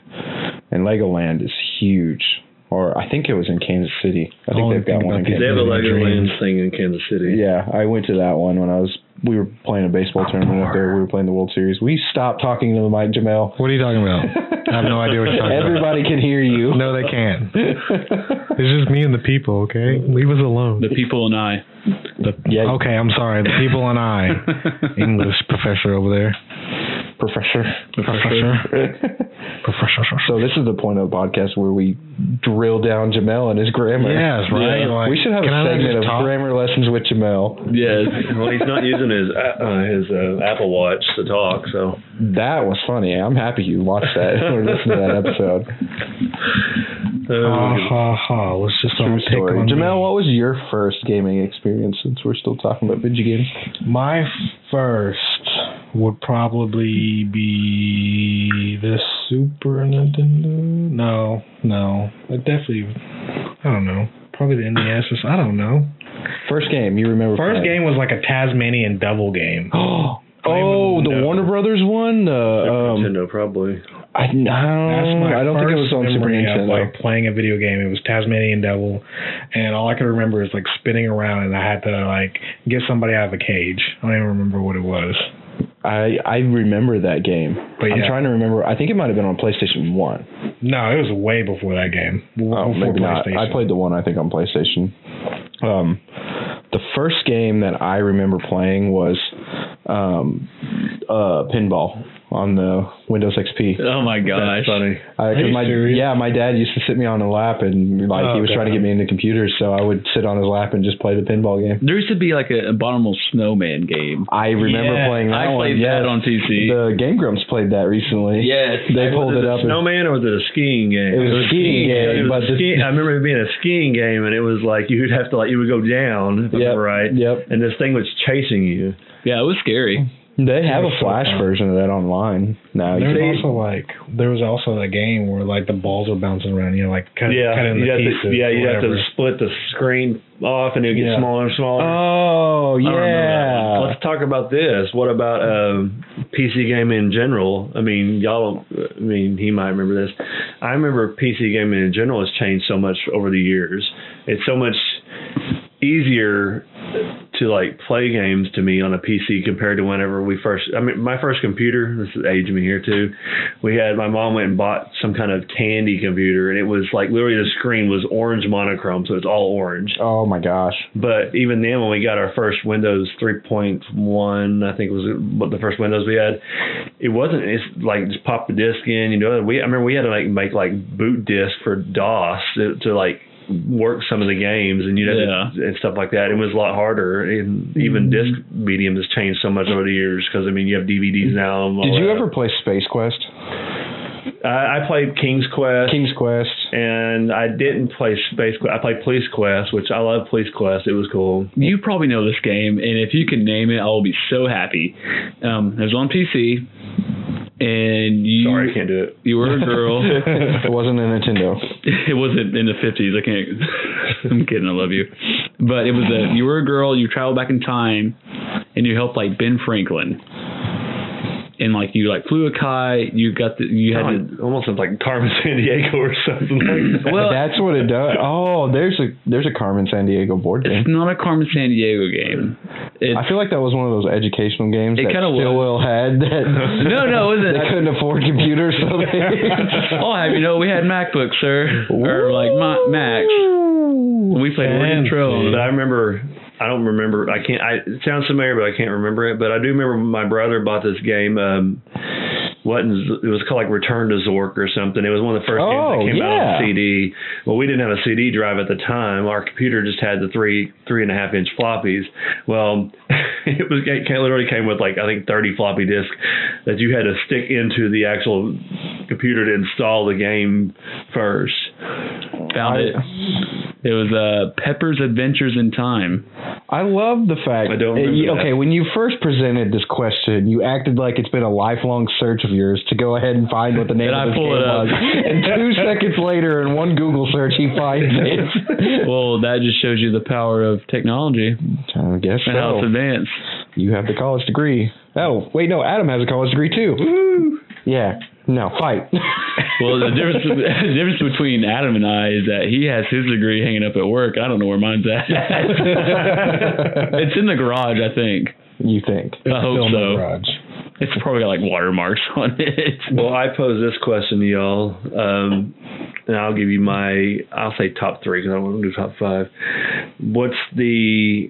[SPEAKER 1] and Legoland is huge. Or I think it was in Kansas City. I think
[SPEAKER 4] Oh,
[SPEAKER 1] they've
[SPEAKER 4] I think
[SPEAKER 1] got one. In
[SPEAKER 4] about
[SPEAKER 2] They
[SPEAKER 1] Kansas.
[SPEAKER 2] have a
[SPEAKER 4] Dreams.
[SPEAKER 2] Legoland thing in Kansas City.
[SPEAKER 1] Yeah, I went to that one when I was. We were playing a baseball tournament up there. We were playing the World Series. We stopped talking to the mic, Jamel.
[SPEAKER 4] What are you talking about? I have no idea what you're talking
[SPEAKER 1] Everybody can hear you.
[SPEAKER 4] about. No, they can't. It's just me and the people, okay? Leave us alone.
[SPEAKER 3] the people and I.
[SPEAKER 1] yeah,
[SPEAKER 4] Okay, I'm sorry. The people and I. English professor over there.
[SPEAKER 1] professor.
[SPEAKER 4] Professor. Professor.
[SPEAKER 1] so this is the point of the podcast where we drill down Jamel and his grammar.
[SPEAKER 4] Yes, right?
[SPEAKER 3] Yeah.
[SPEAKER 4] Like,
[SPEAKER 1] we should have
[SPEAKER 4] can
[SPEAKER 1] a
[SPEAKER 4] I not
[SPEAKER 1] segment of
[SPEAKER 4] just talk?
[SPEAKER 1] grammar lessons with Jamel.
[SPEAKER 3] Yes.
[SPEAKER 2] Well, he's not using his uh, uh, his uh, Apple Watch to talk, so
[SPEAKER 1] That was funny. I'm happy you watched that or listened to that episode.
[SPEAKER 4] Ha
[SPEAKER 2] Uh,
[SPEAKER 4] Ah, ha ha. Let's just all
[SPEAKER 1] True
[SPEAKER 4] pick
[SPEAKER 1] story.
[SPEAKER 4] on
[SPEAKER 1] Jamel,
[SPEAKER 4] me.
[SPEAKER 1] what was your first gaming experience since we're still talking about video games?
[SPEAKER 4] My first would probably be the Super Nintendo. No, no. It definitely, I don't know. Probably the NES. Or, s- I don't know.
[SPEAKER 1] First game you remember
[SPEAKER 4] First
[SPEAKER 1] playing.
[SPEAKER 4] game was like a Tasmanian double game.
[SPEAKER 1] oh,
[SPEAKER 4] Claim of
[SPEAKER 1] the
[SPEAKER 4] Nintendo.
[SPEAKER 1] Warner Brothers one? The, um,
[SPEAKER 2] Nintendo probably.
[SPEAKER 1] I, no,
[SPEAKER 4] That's my
[SPEAKER 1] Oh, I don't think it was
[SPEAKER 4] first
[SPEAKER 1] on Super
[SPEAKER 4] memory
[SPEAKER 1] Nintendo.
[SPEAKER 4] Of, like playing a video game. It was Tasmanian Devil, and all I can remember is like spinning around, and I had to like get somebody out of a cage. I don't even remember what it was.
[SPEAKER 1] I, I remember that game.
[SPEAKER 4] But
[SPEAKER 1] I'm
[SPEAKER 4] yeah.
[SPEAKER 1] trying to remember. I think it might have been on PlayStation 1.
[SPEAKER 4] No, it was way before that game.
[SPEAKER 1] Oh,
[SPEAKER 4] before
[SPEAKER 1] maybe not. I played the one I think on PlayStation. Um, the first game that I remember playing was um, uh, pinball on the Windows XP.
[SPEAKER 3] Oh my gosh.
[SPEAKER 2] Funny.
[SPEAKER 1] I, 'cause
[SPEAKER 4] you
[SPEAKER 1] my,
[SPEAKER 4] serious?
[SPEAKER 1] yeah, my dad used to sit me on the lap and like
[SPEAKER 4] Oh,
[SPEAKER 1] he was trying to
[SPEAKER 4] God.
[SPEAKER 1] get me into computers, so I would sit on his lap and just play the pinball game.
[SPEAKER 3] There used to be like a abominable snowman game.
[SPEAKER 1] I remember
[SPEAKER 3] Yeah,
[SPEAKER 1] playing that
[SPEAKER 3] I played
[SPEAKER 1] one.
[SPEAKER 3] that
[SPEAKER 1] yes.
[SPEAKER 3] on PC.
[SPEAKER 1] The Game Grumps played that recently.
[SPEAKER 3] Yes.
[SPEAKER 1] they
[SPEAKER 2] Was
[SPEAKER 1] pulled it
[SPEAKER 2] it a
[SPEAKER 1] up. and-
[SPEAKER 2] snowman or was it a skiing game?
[SPEAKER 1] It was a skiing game,
[SPEAKER 2] It was
[SPEAKER 1] but
[SPEAKER 2] a
[SPEAKER 1] the-
[SPEAKER 2] ski- I remember it being a skiing game, and it was like you would have to like you would go down, if I
[SPEAKER 1] Yep,
[SPEAKER 2] remember right?
[SPEAKER 1] yep.
[SPEAKER 2] And this thing was chasing you.
[SPEAKER 3] yeah, it was scary.
[SPEAKER 1] they have a
[SPEAKER 4] It was so
[SPEAKER 1] flash
[SPEAKER 4] fun.
[SPEAKER 1] version of that online now. You
[SPEAKER 4] There
[SPEAKER 1] can-
[SPEAKER 4] was also like there was also a game where like the balls were bouncing around. You know, like cut, cut in
[SPEAKER 2] you
[SPEAKER 4] the
[SPEAKER 2] have
[SPEAKER 4] pieces.
[SPEAKER 2] to, yeah, you have to
[SPEAKER 4] whatever.
[SPEAKER 2] split the screen off, and it would get
[SPEAKER 4] Yeah.
[SPEAKER 2] smaller and smaller.
[SPEAKER 1] oh
[SPEAKER 2] I remember that one.
[SPEAKER 1] yeah.
[SPEAKER 2] Let's talk about this. What about um, PC gaming in general? I mean, y'all. I mean, he might remember this. I remember PC gaming in general has changed so much over the years. It's so much easier to like play games to me on a PC compared to whenever we first. I mean, my first computer. This is age me here too. We had my mom went and bought some kind of Tandy computer, and it was like literally the screen was orange monochrome, so it's all orange.
[SPEAKER 1] Oh my gosh.
[SPEAKER 2] But even then, when we got our first Windows 3.1, I think was what the first Windows we had, it wasn't. It's like just pop the disk in, you know. We I remember we had to like make like boot disk for DOS to, to like work some of the games and you know
[SPEAKER 3] Yeah.
[SPEAKER 2] and stuff like that. It was a lot harder, and even
[SPEAKER 1] Mm-hmm.
[SPEAKER 2] disc medium has changed so much over the years because I mean you have DVDs now. and all
[SPEAKER 1] Mm-hmm. Did you
[SPEAKER 2] that.
[SPEAKER 1] ever play Space Quest?
[SPEAKER 2] I, I played King's Quest.
[SPEAKER 1] King's Quest.
[SPEAKER 2] and I didn't play Space Quest. I played Police Quest, which I love Police Quest. It was cool.
[SPEAKER 3] You probably know this game, and if you can name it, I will be so happy. Um, it was on PC, and you
[SPEAKER 2] Sorry, I can't do it.
[SPEAKER 3] you were a girl.
[SPEAKER 1] it wasn't a Nintendo.
[SPEAKER 3] it wasn't in the fifties. I can't. I'm kidding. I love you, but it was a. You were a girl. You traveled back in time, and you helped like Ben Franklin, and like you like flew a kite. You got the. You had.
[SPEAKER 2] God, it almost sounds like Carmen San Diego or something like that.
[SPEAKER 3] Well-
[SPEAKER 1] That's what it does. Oh, there's a there's a Carmen San Diego board
[SPEAKER 3] to,
[SPEAKER 1] game.
[SPEAKER 3] it's not a Carmen San Diego game. It's
[SPEAKER 1] I feel like that was one of those educational games
[SPEAKER 3] It
[SPEAKER 1] that
[SPEAKER 3] kinda was.
[SPEAKER 1] Stillwell had that
[SPEAKER 3] no, no, it
[SPEAKER 1] they
[SPEAKER 3] wasn't.
[SPEAKER 1] couldn't afford computers, so they
[SPEAKER 3] I'll have you know, we had MacBooks, sir, or like my, Macs. We played Oregon
[SPEAKER 4] Fancy.
[SPEAKER 2] But
[SPEAKER 3] Trail.
[SPEAKER 2] I remember. I don't remember. I can't. I, it sounds familiar, but I can't remember it. But I do remember my brother bought this game. Um, what in, Z- it was called like Return to Zork or something. It was one of the first
[SPEAKER 1] Oh,
[SPEAKER 2] games that came out
[SPEAKER 1] yeah.
[SPEAKER 2] on CD. Well, we didn't have a CD drive at the time. Our computer just had the three three and a half inch floppies. Well, it was it ca- literally came with like I think thirty floppy disks that you had to stick into the actual computer to install the game first.
[SPEAKER 3] Found it. It was uh, Pepper's Adventures in Time.
[SPEAKER 1] I love the fact.
[SPEAKER 2] I don't
[SPEAKER 1] uh, you-
[SPEAKER 2] remember that.
[SPEAKER 1] okay, when you first presented this question, you acted like it's been a lifelong search of yours to go ahead and find what the name
[SPEAKER 3] And
[SPEAKER 1] of
[SPEAKER 3] I
[SPEAKER 1] this
[SPEAKER 3] pull
[SPEAKER 1] game
[SPEAKER 3] it up.
[SPEAKER 1] was. And two seconds later, in one Google search, he finds it.
[SPEAKER 3] Well, that just shows you the power of technology
[SPEAKER 1] I guess
[SPEAKER 3] and how
[SPEAKER 1] so.
[SPEAKER 3] it's advanced.
[SPEAKER 1] You have the college degree. Oh, wait, no, Adam has a college degree too. Yeah. No, fight.
[SPEAKER 3] Well, the difference the difference between Adam and I is that he has his degree hanging up at work. I don't know where mine's at. it's in the garage, I think.
[SPEAKER 1] you think?
[SPEAKER 3] I hope
[SPEAKER 4] Still in the
[SPEAKER 3] so.
[SPEAKER 4] garage.
[SPEAKER 3] It's probably got like watermarks on it.
[SPEAKER 2] Well, I pose this question to y'all, um, and I'll give you my, I'll say top three because I want to do top five. What's the,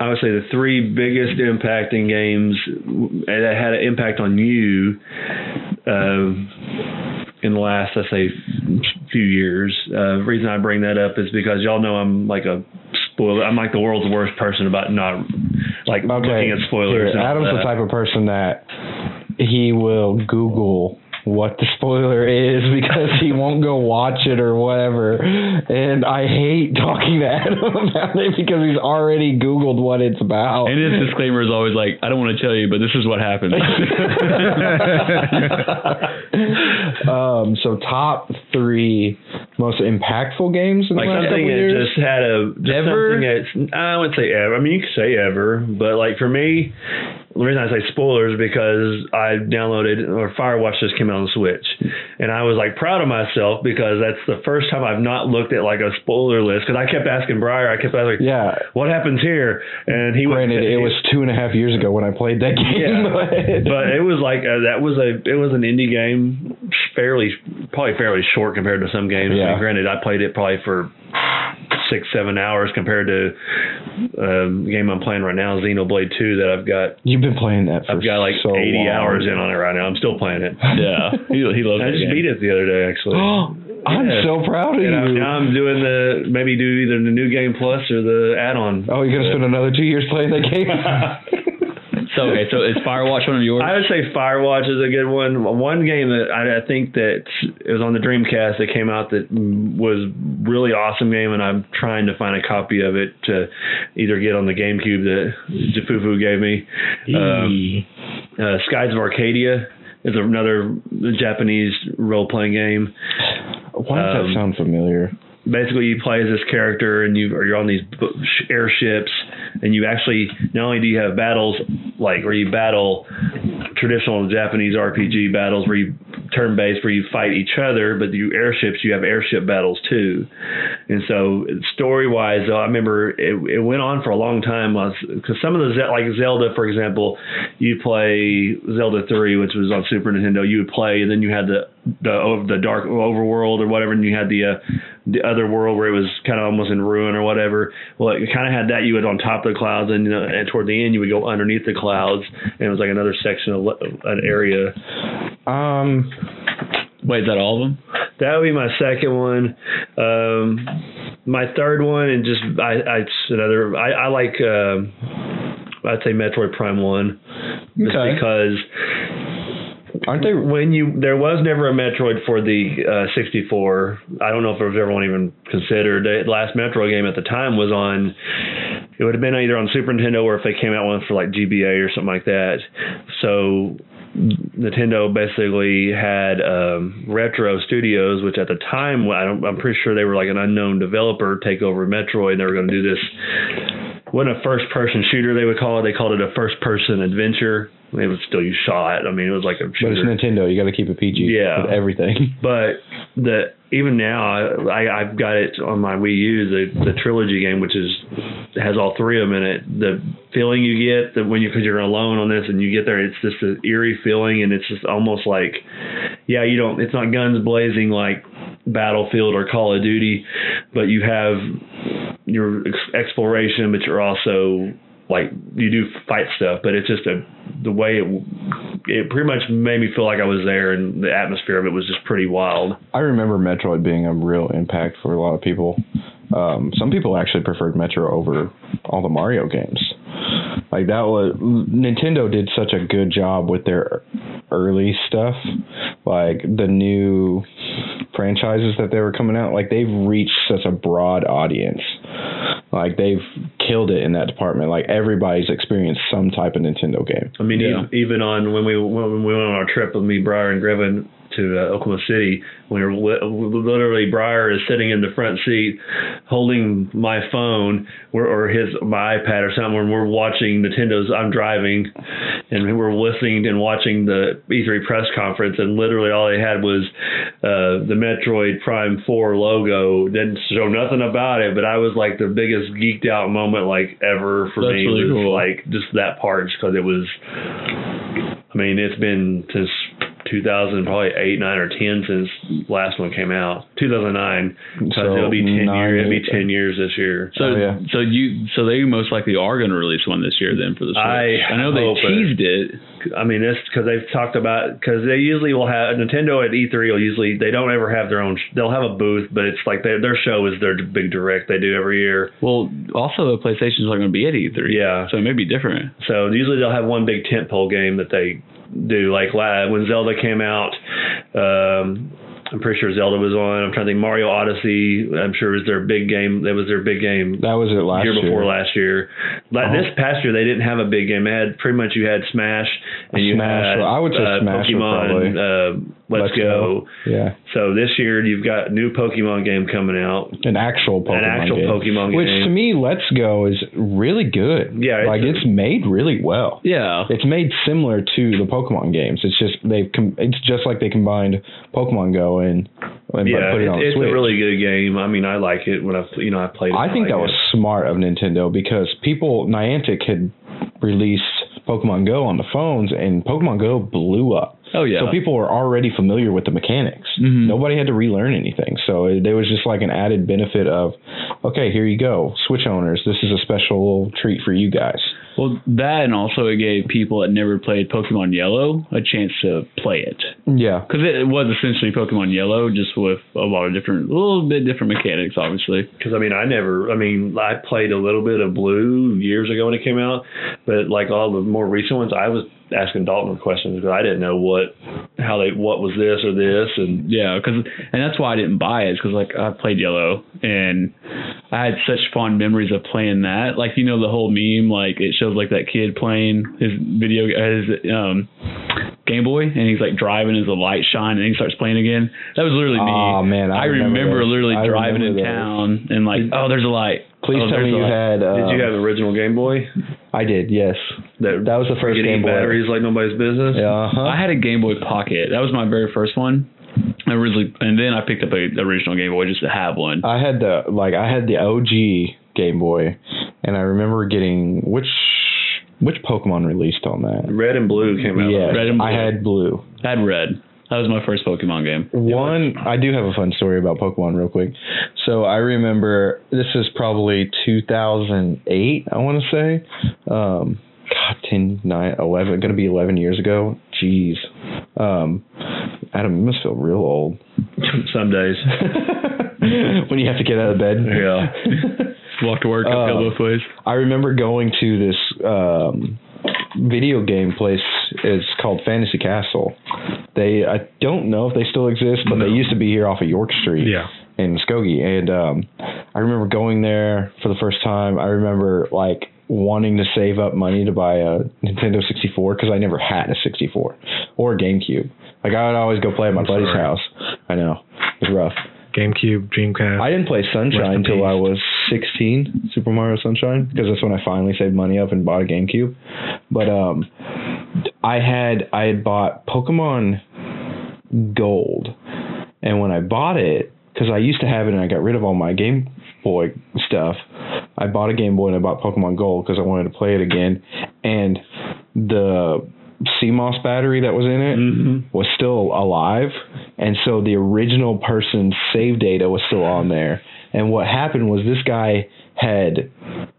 [SPEAKER 2] I would say the three biggest impacting games w- that had an impact on you um, in the last, I say, few years. Uh, the reason I bring that up is because y'all know I'm like a spoiler. I'm like the world's worst person about not like looking at
[SPEAKER 1] here,
[SPEAKER 2] spoilers. and all
[SPEAKER 1] Adam's the
[SPEAKER 2] that.
[SPEAKER 1] type of person that he will Google what the spoiler is because he won't go watch it or whatever. And I hate talking to Adam about it because he's already Googled what it's about.
[SPEAKER 3] And his disclaimer is always like, I don't want to tell you, but this is what happened.
[SPEAKER 1] um, so top three most impactful games in the
[SPEAKER 2] Like
[SPEAKER 1] last couple
[SPEAKER 2] something that
[SPEAKER 1] years.
[SPEAKER 2] just had a just
[SPEAKER 1] Ever?
[SPEAKER 2] Something that's, I wouldn't say ever. I mean, you could say ever, but like for me, the reason I say spoilers because I downloaded or Firewatch just came out on Switch, and I was like proud of myself because that's the first time I've not looked at like a spoiler list because I kept asking Briar, I kept asking,
[SPEAKER 1] yeah.
[SPEAKER 2] what happens here? And he
[SPEAKER 1] Granted,
[SPEAKER 2] he-
[SPEAKER 1] it was two and a half years ago when I played that game.
[SPEAKER 2] Yeah. but it was like uh that was a it was an indie game, fairly probably fairly short compared to some games. I mean,
[SPEAKER 1] Yeah.
[SPEAKER 2] granted, I played it probably for six seven hours compared to um, the game I'm playing right now, Xenoblade Two, that I've got
[SPEAKER 1] You've been playing that for
[SPEAKER 2] I've got like
[SPEAKER 1] so
[SPEAKER 2] eighty
[SPEAKER 1] long.
[SPEAKER 2] hours in on it right now. I'm still playing it.
[SPEAKER 3] yeah, he, he loves
[SPEAKER 2] I
[SPEAKER 3] that
[SPEAKER 2] just
[SPEAKER 3] game.
[SPEAKER 2] beat it the other day actually.
[SPEAKER 1] I'm
[SPEAKER 2] Yeah.
[SPEAKER 1] so proud of
[SPEAKER 2] And I'm,
[SPEAKER 1] you.
[SPEAKER 2] now I'm doing the maybe do either the new game plus or the add-on.
[SPEAKER 1] Oh, you're gonna spend another two years playing that game?
[SPEAKER 3] So okay, so is Firewatch one of yours?
[SPEAKER 2] I would say Firewatch is a good one. One game that I, I think that it was on the Dreamcast that came out that was really awesome game, and I'm trying to find a copy of it to either get on the GameCube that Jafufu gave me. Um, uh, Skies of Arcadia is another Japanese role playing game
[SPEAKER 1] Why does
[SPEAKER 2] Um,
[SPEAKER 1] that sound familiar?
[SPEAKER 2] basically you play as this character and you or you're on these bo- sh- airships and you actually not only do you have battles like where you battle traditional Japanese RPG battles where you turn based where you fight each other but you airships you have airship battles too and so story wise though I remember it, it went on for a long time because some of the Ze- like Zelda for example you play Zelda 3 which was on Super Nintendo you would play and then you had the the over the dark overworld or whatever, and you had the uh, the other world where it was kind of almost in ruin or whatever. Well, it kind of had that you would on top of the clouds, and you know, and toward the end you would go underneath the clouds, and it was like another section of le- an area.
[SPEAKER 1] Um,
[SPEAKER 3] Wait, is that all of them?
[SPEAKER 2] That would be my second one. Um, my third one, and just I, I it's another. I, I like. um I'd say Metroid Prime One, just
[SPEAKER 1] Okay.
[SPEAKER 2] because
[SPEAKER 1] Aren't they?
[SPEAKER 2] when you there was never a Metroid for the uh, 64. I don't know if there was ever one even considered. The last Metroid game at the time was on. It would have been either on Super Nintendo or if they came out one for like GBA or something like that. So Nintendo basically had um, Retro Studios, which at the time I don't, I'm pretty sure they were like an unknown developer take over Metroid. And they were going to do this. wasn't a first person shooter they would call it. They called it a first person adventure. It was still you shot. I mean, it was like a
[SPEAKER 1] But
[SPEAKER 2] shooter.
[SPEAKER 1] it's Nintendo. You got to keep it PG.
[SPEAKER 2] Yeah.
[SPEAKER 1] With everything.
[SPEAKER 2] But the even now, I, I I've got it on my Wii U, the the trilogy game, which is has all three of them in it. The feeling you get that when you because you're alone on this and you get there, it's just an eerie feeling, and it's just almost like, yeah, you don't. It's not guns blazing like Battlefield or Call of Duty, but you have your ex- exploration, but you're also like you do fight stuff, but it's just a the way it it pretty much made me feel like I was there, and the atmosphere of it was just pretty wild.
[SPEAKER 1] I remember Metroid being a real impact for a lot of people. Um, some people actually preferred Metro over all the Mario games. Like that was Nintendo did such a good job with their early stuff, like the new franchises that they were coming out. Like they've reached such a broad audience. Like they've killed it in that department. Like everybody's experienced some type of Nintendo game.
[SPEAKER 2] I mean,
[SPEAKER 3] Yeah.
[SPEAKER 2] ev- even on when we when we went on our trip with me, Briar, and Griffin to uh, Oklahoma City, we were li- literally Briar is sitting in the front seat, holding my phone or, or his my iPad or something, and we're watching Nintendo's. I'm driving, and we're listening and watching the E3 press conference, and literally all they had was uh, the Metroid Prime Four logo. Didn't show nothing about it, but I was like the biggest geeked out moment like ever for
[SPEAKER 3] That's
[SPEAKER 2] me.
[SPEAKER 3] really
[SPEAKER 2] was,
[SPEAKER 3] cool.
[SPEAKER 2] Like just that part, because it was. I mean, it's been since 2000, probably eight, nine, or ten since last one came out. 2009. So
[SPEAKER 1] So,
[SPEAKER 2] it'll be ten
[SPEAKER 1] nine,
[SPEAKER 2] years. It'll be
[SPEAKER 1] eight,
[SPEAKER 2] ten years this year.
[SPEAKER 3] So,
[SPEAKER 1] Oh, yeah.
[SPEAKER 3] so you, so they most likely are going to release one this year then for the Switch.
[SPEAKER 2] I
[SPEAKER 3] know they
[SPEAKER 2] hope it.
[SPEAKER 3] teased it.
[SPEAKER 2] I mean, that's because they've talked about because they usually will have Nintendo at E3. Will usually they don't ever have their own. sh- They'll have a booth, but it's like their their show is their big direct they do every year.
[SPEAKER 3] Well, also the PlayStation's not going to be at E3.
[SPEAKER 2] Yeah.
[SPEAKER 3] So it may be different.
[SPEAKER 2] So usually they'll have one big tentpole game that they do. Like la- when Zelda came out, um, I'm pretty sure Zelda was on. I'm trying to think Mario Odyssey. I'm sure was their big game. That was their big game
[SPEAKER 1] That was it last
[SPEAKER 2] year
[SPEAKER 1] year.
[SPEAKER 2] before last year. Like
[SPEAKER 1] Uh-huh.
[SPEAKER 2] This past year they didn't have a big game. They had pretty much you had Smash and you
[SPEAKER 1] Smash,
[SPEAKER 2] had
[SPEAKER 1] I would say
[SPEAKER 2] uh,
[SPEAKER 1] Smash would probably-
[SPEAKER 2] Pokemon. Uh, Let's,
[SPEAKER 1] Let's
[SPEAKER 2] go.
[SPEAKER 1] Go. Yeah.
[SPEAKER 2] So this year you've got new Pokemon game coming out.
[SPEAKER 1] an actual Pokemon
[SPEAKER 2] actual
[SPEAKER 1] game,
[SPEAKER 2] Pokemon
[SPEAKER 1] which
[SPEAKER 2] game.
[SPEAKER 1] to me, Let's Go is really good.
[SPEAKER 2] Yeah, it's
[SPEAKER 1] like
[SPEAKER 2] a-
[SPEAKER 1] it's made really well.
[SPEAKER 3] Yeah.
[SPEAKER 1] It's made similar to the Pokemon games. It's just they've com- it's just like they combined Pokemon Go and, and
[SPEAKER 2] Yeah,
[SPEAKER 1] put it
[SPEAKER 2] it,
[SPEAKER 1] on
[SPEAKER 2] it's
[SPEAKER 1] Switch.
[SPEAKER 2] a really good game. I mean, I like it when I you know I played. it.
[SPEAKER 1] I think
[SPEAKER 2] like
[SPEAKER 1] that
[SPEAKER 2] it.
[SPEAKER 1] was smart of Nintendo because people Niantic had released Pokemon Go on the phones and Pokemon Go blew up.
[SPEAKER 3] Oh, yeah.
[SPEAKER 1] So people were already familiar with the mechanics.
[SPEAKER 3] Mhm.
[SPEAKER 1] Nobody had to relearn anything. So it, there was just like an added benefit of, okay, here you go, Switch owners. This is a special treat for you guys.
[SPEAKER 3] Well, that and also it gave people that never played Pokemon Yellow a chance to play it
[SPEAKER 1] Yeah.
[SPEAKER 3] because it was essentially Pokemon Yellow, just with a lot of different, a little bit different mechanics, obviously.
[SPEAKER 2] Because I mean, I never. I mean, I played a little bit of Blue years ago when it came out, but like all the more recent ones, I was asking Dalton questions because I didn't know what, how they, what was this or this, and
[SPEAKER 3] Yeah, because and that's why I didn't buy it because like I played Yellow and I had such fond memories of playing that. Like you know the whole meme, like it shows like that kid playing his video his um Game Boy and he's like driving as the light shine and he starts playing again. That was literally me.
[SPEAKER 1] Aw, man, I remember those.
[SPEAKER 3] literally
[SPEAKER 1] I
[SPEAKER 3] driving
[SPEAKER 1] remember
[SPEAKER 3] in
[SPEAKER 1] those.
[SPEAKER 3] town and like oh there's a light.
[SPEAKER 1] Please
[SPEAKER 3] Oh,
[SPEAKER 1] tell
[SPEAKER 3] there's
[SPEAKER 1] me
[SPEAKER 3] a
[SPEAKER 1] you
[SPEAKER 3] light.
[SPEAKER 1] had. Uh,
[SPEAKER 2] did you have the original Game Boy?
[SPEAKER 1] I did. Yes.
[SPEAKER 2] That,
[SPEAKER 1] That was the first
[SPEAKER 2] getting
[SPEAKER 1] Game Boy.
[SPEAKER 2] batteries like nobody's business.
[SPEAKER 1] Uh-huh.
[SPEAKER 3] I had a Game Boy Pocket. That was my very first one. I originally and then I picked up a the original Game Boy just to have one.
[SPEAKER 1] I had the like I had the OG Game Boy, and I remember getting which which Pokemon released on that.
[SPEAKER 2] Red and Blue came out.
[SPEAKER 1] Yeah,
[SPEAKER 3] Red and
[SPEAKER 1] I
[SPEAKER 3] blue.
[SPEAKER 1] had blue.
[SPEAKER 3] I had Red. That was my first Pokemon game.
[SPEAKER 1] One, I do have a fun story about Pokemon, real quick. So I remember this is probably 2008, I want to say. Um, God, 10, 9, 11, going to be 11 years ago. Jeez. Um, Adam, you must feel real old.
[SPEAKER 2] Some days.
[SPEAKER 1] when you have to get out of bed. Yeah.
[SPEAKER 3] Walk to work,
[SPEAKER 1] Uh,
[SPEAKER 3] uphill both ways.
[SPEAKER 1] I remember going to this um, video game place. It's called Fantasy Castle. They I don't know if they still exist, but they used to be here off of York Street
[SPEAKER 4] Yeah.
[SPEAKER 1] in Muskogee. And um, I remember going there for the first time. I remember like wanting to save up money to buy a Nintendo 64 because I never had a 64 or a GameCube. Like I would always go play at my buddy's
[SPEAKER 4] sorry.
[SPEAKER 1] house. I know it's rough.
[SPEAKER 4] GameCube, Dreamcast.
[SPEAKER 1] I didn't play
[SPEAKER 4] Rest
[SPEAKER 1] Sunshine
[SPEAKER 4] in
[SPEAKER 1] until
[SPEAKER 4] peace.
[SPEAKER 1] I was 16, Super Mario Sunshine, because that's when I finally saved money up and bought a GameCube. But um, I had I had bought Pokemon Gold, and when I bought it, because I used to have it and I got rid of all my Game Boy stuff, I bought a Game Boy and I bought Pokemon Gold because I wanted to play it again, and the CMOS battery that was in it
[SPEAKER 4] Mm-hmm.
[SPEAKER 1] was still alive, and so the original person's save data was still on there. And what happened was this guy had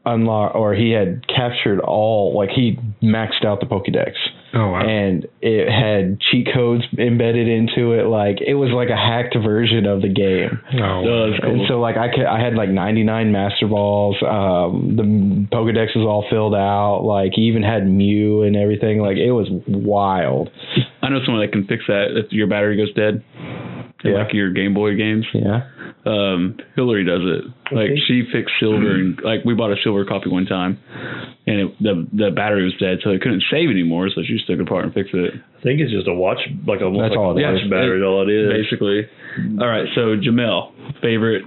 [SPEAKER 1] unlocked, or he had captured all, like he maxed out the Pokedex,
[SPEAKER 4] oh wow.
[SPEAKER 1] and it had cheat codes embedded into it. Like it was like a hacked version of the game.
[SPEAKER 4] oh, wow.
[SPEAKER 3] Does
[SPEAKER 1] And so like I could, I had like 99 master balls. Um, the Pokedex was all filled out. Like he even had Mew and everything. Like it was wild.
[SPEAKER 3] I know someone that can fix that if your battery goes dead. in,
[SPEAKER 1] Yeah.
[SPEAKER 3] Like your Game Boy games.
[SPEAKER 1] Yeah.
[SPEAKER 3] Um, Hillary does it. Like she fixed silver and like we bought a silver copy one time and it, the the battery was dead so it couldn't save anymore so she just took it apart and fixed it.
[SPEAKER 5] I think it's just a watch, like a
[SPEAKER 1] That's
[SPEAKER 5] like
[SPEAKER 1] all it
[SPEAKER 5] watch
[SPEAKER 1] is.
[SPEAKER 5] battery. is all it is.
[SPEAKER 3] Basically. All right, so Jamel, favorite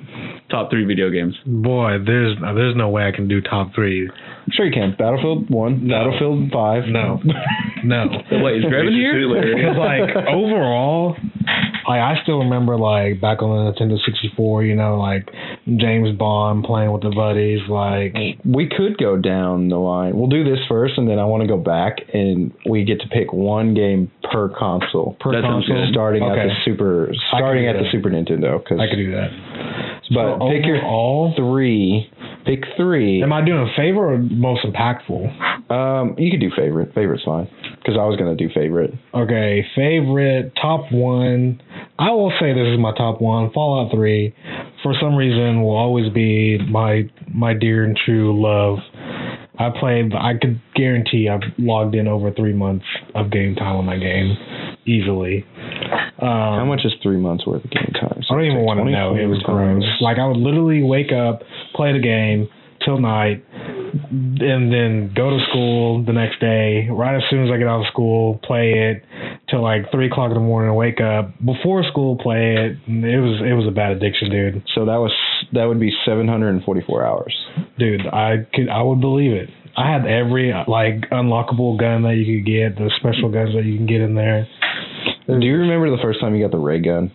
[SPEAKER 3] top 3 video games.
[SPEAKER 4] Boy, there's there's no way I can do top three.
[SPEAKER 1] Sure you can. Battlefield one, Battlefield five.
[SPEAKER 4] No, no.
[SPEAKER 3] Wait, is Grevin here?
[SPEAKER 4] Because like overall, like I still remember like back on the Nintendo 64, you know, like James Bond playing with the buddies, like
[SPEAKER 1] We could go down the line. We'll do this first, and then I want to go back, and we get to pick one game per console.
[SPEAKER 4] per
[SPEAKER 3] That sounds
[SPEAKER 4] console.
[SPEAKER 3] good.
[SPEAKER 1] Starting at
[SPEAKER 4] Okay.
[SPEAKER 1] the Super, starting
[SPEAKER 4] do
[SPEAKER 1] at the
[SPEAKER 4] that.
[SPEAKER 1] Super Nintendo. Cause,
[SPEAKER 4] I could do that.
[SPEAKER 1] but
[SPEAKER 4] So
[SPEAKER 1] pick your
[SPEAKER 4] overall,
[SPEAKER 1] three. Pick three.
[SPEAKER 4] am I doing favor or most impactful?
[SPEAKER 1] um, you could do favorite. Favorite's fine. Because I was gonna do favorite.
[SPEAKER 4] Okay, favorite top one. I will say this is my top one. Fallout Three, for some reason, will always be my my dear and true love. I played. I could guarantee I've logged in over three months of game time on that game, easily. Um,
[SPEAKER 1] How much is three months worth of game time?
[SPEAKER 4] I
[SPEAKER 1] So
[SPEAKER 4] don't even
[SPEAKER 1] it's
[SPEAKER 4] want to know. It was
[SPEAKER 1] 24
[SPEAKER 4] gross.
[SPEAKER 1] times.
[SPEAKER 4] Like I would literally wake up, play the game till night, and then go to school the next day. Right as soon as I get out of school, play it till like three o'clock in the morning. Wake up before school, play it. And It was it was a bad addiction, dude.
[SPEAKER 1] So that was that would be seven hundred and forty four hours.
[SPEAKER 4] Dude, I could I would believe it. I had every like unlockable gun that you could get, the special guns that you can get in there.
[SPEAKER 1] Do you remember the first time you got the ray gun?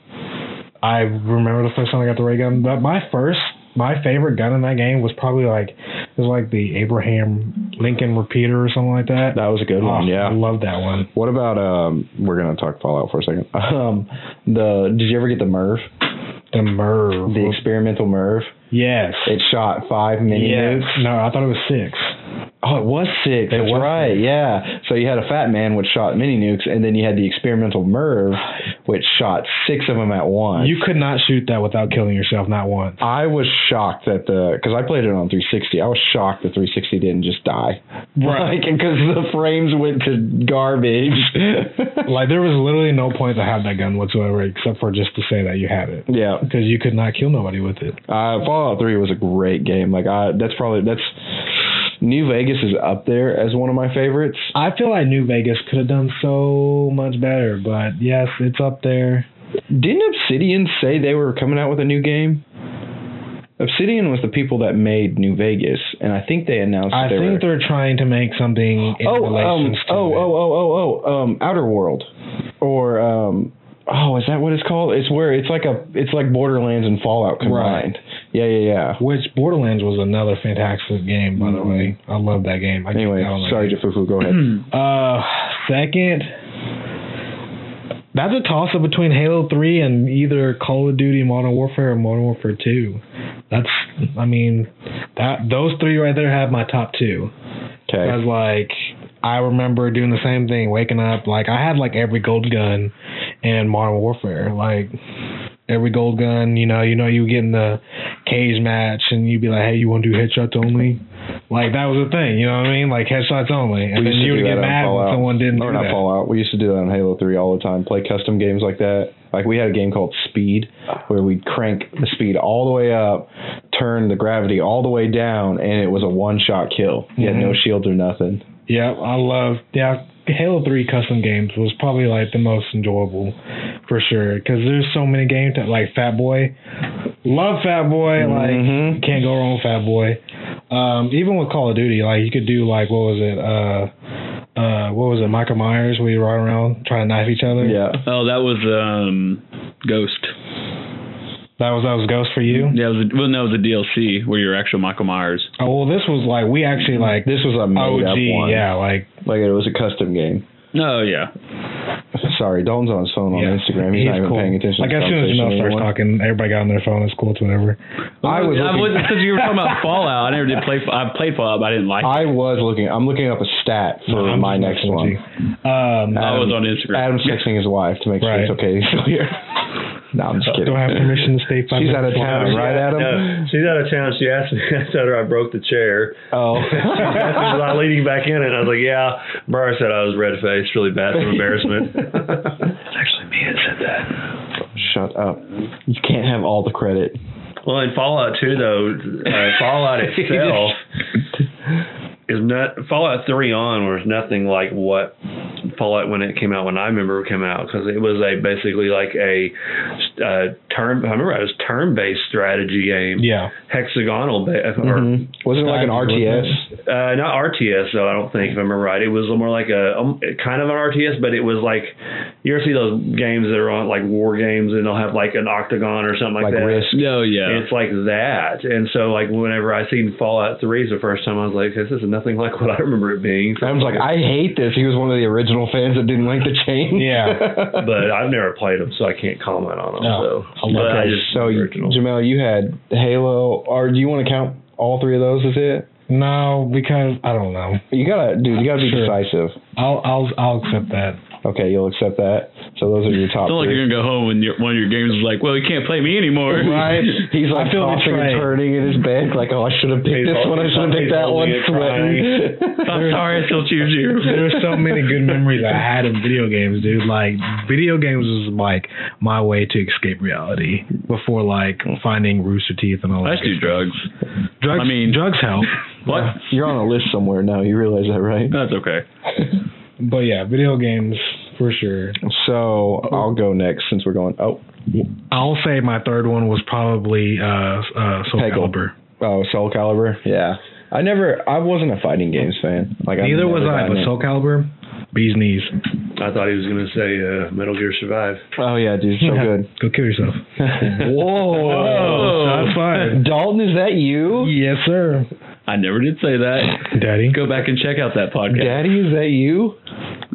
[SPEAKER 4] I remember the first time I got the ray gun, but my first, my favorite gun in that game was probably like it was like the Abraham Lincoln repeater or something like that.
[SPEAKER 1] That was a good one.
[SPEAKER 4] Oh,
[SPEAKER 1] Yeah.
[SPEAKER 4] I love that one.
[SPEAKER 1] What about um? We're gonna talk Fallout for a second. Um, the did you ever get the Merv,
[SPEAKER 4] The Merv.
[SPEAKER 1] the experimental Merv?
[SPEAKER 4] yes.
[SPEAKER 1] It shot five mini
[SPEAKER 4] yes.
[SPEAKER 1] nukes.
[SPEAKER 4] No, I thought it was six.
[SPEAKER 1] Oh, it was six. That's
[SPEAKER 4] was
[SPEAKER 1] right. Yeah. So you had a Fat Man which shot mini nukes, and then you had the experimental Merv, which shot six of them at once.
[SPEAKER 4] You could not shoot that without killing yourself, not once.
[SPEAKER 1] I was shocked that the because I played it on 360. I was shocked the 360 didn't just die,
[SPEAKER 4] Right.
[SPEAKER 1] Because the frames went to garbage.
[SPEAKER 4] Like there was literally no point to have that gun whatsoever, except for just to say that you had it,
[SPEAKER 1] yeah.
[SPEAKER 4] because you could not kill nobody with it.
[SPEAKER 1] Uh, Fallout Three was a great game. Like I, that's probably that's New Vegas is up there as one of my favorites.
[SPEAKER 4] I feel like New Vegas could have done so much better, but yes, it's up there.
[SPEAKER 1] Didn't Obsidian say they were coming out with a new game? Obsidian was the people that made New Vegas, and I think they announced.
[SPEAKER 4] I
[SPEAKER 1] that they
[SPEAKER 4] think
[SPEAKER 1] were,
[SPEAKER 4] they're trying to make something in
[SPEAKER 1] Oh, um,
[SPEAKER 4] relations to
[SPEAKER 1] oh, oh,
[SPEAKER 4] it.
[SPEAKER 1] oh, oh, oh, um, Outer World, or um, oh, is that what it's called? It's where it's like a, it's like Borderlands and Fallout combined. Yeah, yeah, yeah.
[SPEAKER 4] Which Borderlands was another fantastic game, by the way. I love that game. I
[SPEAKER 1] Mm-hmm. Anyway,
[SPEAKER 4] I don't like
[SPEAKER 1] sorry,
[SPEAKER 4] it.
[SPEAKER 1] Jafufu, go ahead.
[SPEAKER 4] Uh, second, that's a toss up between Halo Three and either Call of Duty Modern Warfare or Modern Warfare Two. That's, I mean, that those three right there have my top two.
[SPEAKER 1] Okay.
[SPEAKER 4] Because like I remember doing the same thing, waking up like I had like every gold gun and Modern Warfare. Like every gold gun, you know, you know you get in the cage match and you'd be like, Hey, you wanna do headshots only? Like that was a thing, you know what I mean? Like headshots only. And
[SPEAKER 1] We
[SPEAKER 4] then
[SPEAKER 1] used
[SPEAKER 4] you
[SPEAKER 1] to
[SPEAKER 4] would
[SPEAKER 1] do that on
[SPEAKER 4] get mad when
[SPEAKER 1] Fallout.
[SPEAKER 4] someone didn't
[SPEAKER 1] or
[SPEAKER 4] do
[SPEAKER 1] not
[SPEAKER 4] that.
[SPEAKER 1] Fallout. We used to do that on Halo Three all the time. Play custom games like that. Like we had a game called Speed, where we'd crank the speed all the way up, turn the gravity all the way down, and it was a one shot kill. You had
[SPEAKER 4] Mm-hmm.
[SPEAKER 1] no shields or nothing.
[SPEAKER 4] Yeah, I love yeah. Halo Three custom games was probably like the most enjoyable, for sure. Because there's so many games that like Fat Boy, love Fat Boy.
[SPEAKER 1] Mhm.
[SPEAKER 4] Like can't go wrong with Fat Boy. Um, even with Call of Duty, like you could do like what was it? Uh, uh, what was it? Michael Myers, where you ride around trying to knife each other.
[SPEAKER 1] Yeah.
[SPEAKER 3] Oh, that was um, Ghost.
[SPEAKER 4] that was that was Ghost for you.
[SPEAKER 3] Yeah, it was a, well, no, it was a DLC where you're actual Michael Myers.
[SPEAKER 4] Oh, well, this was like we actually like
[SPEAKER 1] Mm-hmm. This was a made up
[SPEAKER 4] OG.
[SPEAKER 1] one.
[SPEAKER 4] Yeah, like
[SPEAKER 1] Like it was a custom game.
[SPEAKER 3] Oh yeah,
[SPEAKER 1] Sorry, Dalton's on his phone on
[SPEAKER 4] yeah.
[SPEAKER 1] Instagram. He's, not even
[SPEAKER 4] cool.
[SPEAKER 1] paying attention.
[SPEAKER 4] Like
[SPEAKER 1] to the
[SPEAKER 4] as soon as Mel
[SPEAKER 1] conversation
[SPEAKER 4] starts
[SPEAKER 1] anymore.
[SPEAKER 4] talking, everybody got on their phone. It's cool. It's whatever.
[SPEAKER 1] I was
[SPEAKER 3] I
[SPEAKER 1] looking-
[SPEAKER 3] was because you were talking about Fallout. I never did play. I played Fallout, but I didn't like. it.
[SPEAKER 1] I was looking. I'm looking up a stat for
[SPEAKER 4] I'm
[SPEAKER 1] my
[SPEAKER 4] just
[SPEAKER 1] next
[SPEAKER 4] messing
[SPEAKER 1] one.
[SPEAKER 4] with you. Um,
[SPEAKER 3] I was on
[SPEAKER 1] Adam's
[SPEAKER 3] Instagram.
[SPEAKER 1] texting his wife to make sure
[SPEAKER 4] Right. Uh,
[SPEAKER 1] it's okay. He's still here. no, I'm just kidding.
[SPEAKER 4] do I have permission to stay five
[SPEAKER 1] She's out
[SPEAKER 4] minutes
[SPEAKER 1] of town,
[SPEAKER 4] longer?
[SPEAKER 1] right, Adam?
[SPEAKER 2] No, she's out of town. She asked me. I told her I broke the chair.
[SPEAKER 1] Oh.
[SPEAKER 2] was I leaning back in? And I was like, yeah. Mara said I was red faced, really bad from embarrassment.
[SPEAKER 1] It's
[SPEAKER 2] actually me that said that.
[SPEAKER 1] Shut up. You can't have all the credit.
[SPEAKER 2] Well, in Fallout 2, though, uh, Fallout itself is not Fallout 3 on was nothing like what Fallout when it came out when I remember it came out because it was a basically like a uh, term. I remember it was term based strategy game,
[SPEAKER 4] Yeah.
[SPEAKER 2] hexagonal ba- or
[SPEAKER 1] Mhm. Wasn't it like an
[SPEAKER 4] Uh,
[SPEAKER 1] RTS?
[SPEAKER 2] uh, not RTS though. I don't think if I remember right. It was more like a um, kind of an RTS, but it was like you ever see those games that are on like war games and they'll have like an octagon or something like,
[SPEAKER 1] Like
[SPEAKER 2] that.
[SPEAKER 1] Risk?
[SPEAKER 3] No, yeah.
[SPEAKER 2] It's like that, and so like whenever I seen Fallout Three the first time, I was like, this is nothing like what I remember it being.
[SPEAKER 1] Adam's like, I hate this. He was one of the original fans that didn't like the change.
[SPEAKER 4] Yeah.
[SPEAKER 2] but I've never played them, so I can't comment on them.
[SPEAKER 4] No.
[SPEAKER 2] So, but I
[SPEAKER 1] okay,
[SPEAKER 2] just
[SPEAKER 1] so you,
[SPEAKER 2] original.
[SPEAKER 1] Jamel, you had Halo, or do you want to count all three of those as it?
[SPEAKER 4] No, because I don't know.
[SPEAKER 1] You gotta, dude. You gotta be
[SPEAKER 4] Sure.
[SPEAKER 1] decisive.
[SPEAKER 4] I'll I'll I'll accept that.
[SPEAKER 1] Okay, you'll accept that. So those are your top
[SPEAKER 3] It's not like
[SPEAKER 1] three.
[SPEAKER 3] you're gonna go home and your, one of your games is like, well, you can't play me anymore.
[SPEAKER 1] Right? He's like
[SPEAKER 4] I feel
[SPEAKER 1] tossing
[SPEAKER 4] betrayed.
[SPEAKER 1] and turning in his bed, like, oh, I should have picked
[SPEAKER 2] He's
[SPEAKER 1] this
[SPEAKER 2] all-
[SPEAKER 1] one. I
[SPEAKER 2] he's
[SPEAKER 1] should have
[SPEAKER 2] all-
[SPEAKER 1] picked
[SPEAKER 2] he's
[SPEAKER 1] that
[SPEAKER 2] all
[SPEAKER 1] one.
[SPEAKER 2] here
[SPEAKER 3] I'm
[SPEAKER 1] Sweating.
[SPEAKER 3] sorry, I still choose you.
[SPEAKER 4] There's so many good memories I had in video games, dude. Like video games was like my way to escape reality before like finding Rooster Teeth and all
[SPEAKER 3] I
[SPEAKER 4] that.
[SPEAKER 3] just do drugs.
[SPEAKER 4] drugs,
[SPEAKER 3] I mean-
[SPEAKER 4] drugs help.
[SPEAKER 3] What?
[SPEAKER 1] You're on a list somewhere now. You realize that, right?
[SPEAKER 3] That's okay.
[SPEAKER 4] But yeah, video games for sure.
[SPEAKER 1] So I'll go next since we're going. Oh,
[SPEAKER 4] I'll say my third one was probably uh uh Soul
[SPEAKER 1] Peggle.
[SPEAKER 4] Calibur.
[SPEAKER 1] oh, Soul Calibur. Yeah. I never. I wasn't a fighting games fan. Like
[SPEAKER 4] Neither
[SPEAKER 1] I've
[SPEAKER 4] was
[SPEAKER 1] never
[SPEAKER 4] I,
[SPEAKER 1] gotten
[SPEAKER 4] but
[SPEAKER 1] it.
[SPEAKER 4] Soul Calibur, bees knees.
[SPEAKER 2] I thought he was gonna say uh, Metal Gear Survive.
[SPEAKER 1] Oh yeah, dude, so good.
[SPEAKER 4] Go kill yourself.
[SPEAKER 1] Whoa.
[SPEAKER 4] Shots fired.
[SPEAKER 1] Dalton, is that you?
[SPEAKER 4] Yes, sir.
[SPEAKER 3] I never did say that.
[SPEAKER 4] Daddy.
[SPEAKER 3] Go back and check out that podcast
[SPEAKER 1] Daddy, is that you?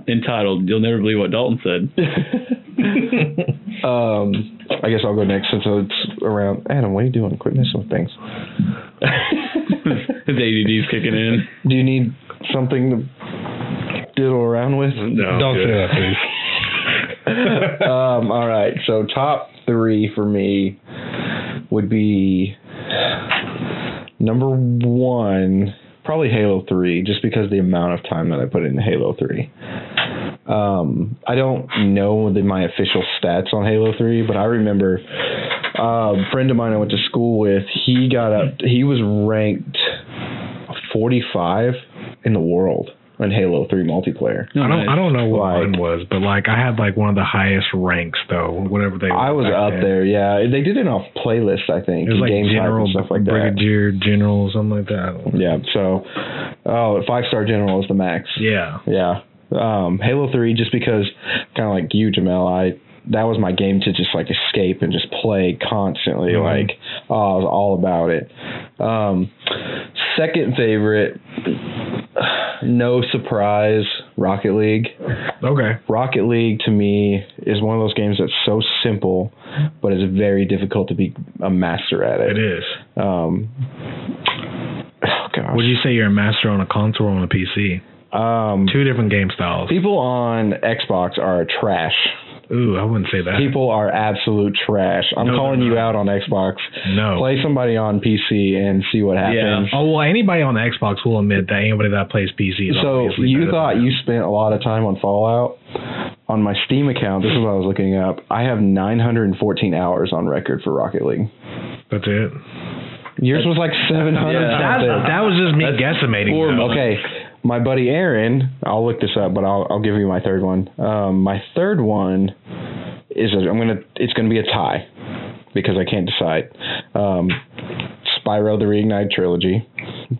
[SPEAKER 3] entitled "You'll Never Believe What Dalton Said."
[SPEAKER 1] Um, I guess I'll go next since it's around. Adam, what are you doing? Quit messing with things.
[SPEAKER 3] His ADD's kicking in.
[SPEAKER 1] Do you need something to diddle around with?
[SPEAKER 2] No,
[SPEAKER 4] Don't
[SPEAKER 2] good.
[SPEAKER 4] say that, please.
[SPEAKER 1] um, all right. So top three for me would be number one, probably Halo Three, just because the amount of time that I put into Halo Three. Um, I don't know the, my official stats on Halo Three, but I remember uh, a friend of mine I went to school with. He got up. He was ranked forty-five in the world in Halo Three multiplayer.
[SPEAKER 4] I don't. I don't know what
[SPEAKER 1] Like-
[SPEAKER 4] mine was, but like I had like one of the highest ranks though. Whatever they.
[SPEAKER 1] I was
[SPEAKER 4] were back
[SPEAKER 1] up
[SPEAKER 4] then.
[SPEAKER 1] there, yeah. They did it off playlist, I think,
[SPEAKER 4] It
[SPEAKER 1] and
[SPEAKER 4] was like
[SPEAKER 1] game type
[SPEAKER 4] general,
[SPEAKER 1] and stuff like that.
[SPEAKER 4] brigadier, general, or something like that. I don't know.
[SPEAKER 1] Yeah. So, oh, five star general is the max.
[SPEAKER 4] Yeah.
[SPEAKER 1] Yeah. Um, Halo Three, just because, kind of like you, Jamel, I that was my game to just like escape and just play constantly.
[SPEAKER 4] Mhm.
[SPEAKER 1] Like, oh, I was all about it. Um, second favorite, no surprise, Rocket League.
[SPEAKER 4] Okay.
[SPEAKER 1] Rocket League to me is one of those games that's so simple, but it's very difficult to be a master at
[SPEAKER 4] It
[SPEAKER 1] it.
[SPEAKER 4] is.
[SPEAKER 1] Um, oh gosh.
[SPEAKER 4] Would you say you're a master on a console or on a PC?
[SPEAKER 1] um,
[SPEAKER 4] Two different game styles.
[SPEAKER 1] people on Xbox are trash.
[SPEAKER 4] Ooh, I wouldn't say that.
[SPEAKER 1] People are absolute trash. I'm
[SPEAKER 4] No,
[SPEAKER 1] calling
[SPEAKER 4] they're
[SPEAKER 1] you out
[SPEAKER 4] not.
[SPEAKER 1] on Xbox.
[SPEAKER 4] no.
[SPEAKER 1] Play somebody on PC and see what happens.
[SPEAKER 4] Oh well, anybody on the Xbox will admit that anybody that plays PC. Is
[SPEAKER 1] So
[SPEAKER 4] obviously better
[SPEAKER 1] you
[SPEAKER 4] than
[SPEAKER 1] thought
[SPEAKER 4] them.
[SPEAKER 1] you spent a lot of time on Fallout? On my Steam account, this is what I was looking up. I have 914 hours on record for Rocket League.
[SPEAKER 4] that's it.
[SPEAKER 1] Yours was like 700
[SPEAKER 3] Yeah.
[SPEAKER 1] something.
[SPEAKER 4] That was just me
[SPEAKER 3] That's
[SPEAKER 4] guesstimating.
[SPEAKER 3] four
[SPEAKER 4] though.
[SPEAKER 3] months.
[SPEAKER 1] Okay, my buddy Aaron, I'll look this up, but I'll I'll give you my third one. Um, my third one is i am I'm gonna it's gonna be a tie because I can't decide. Um, Spyro the Reignite trilogy,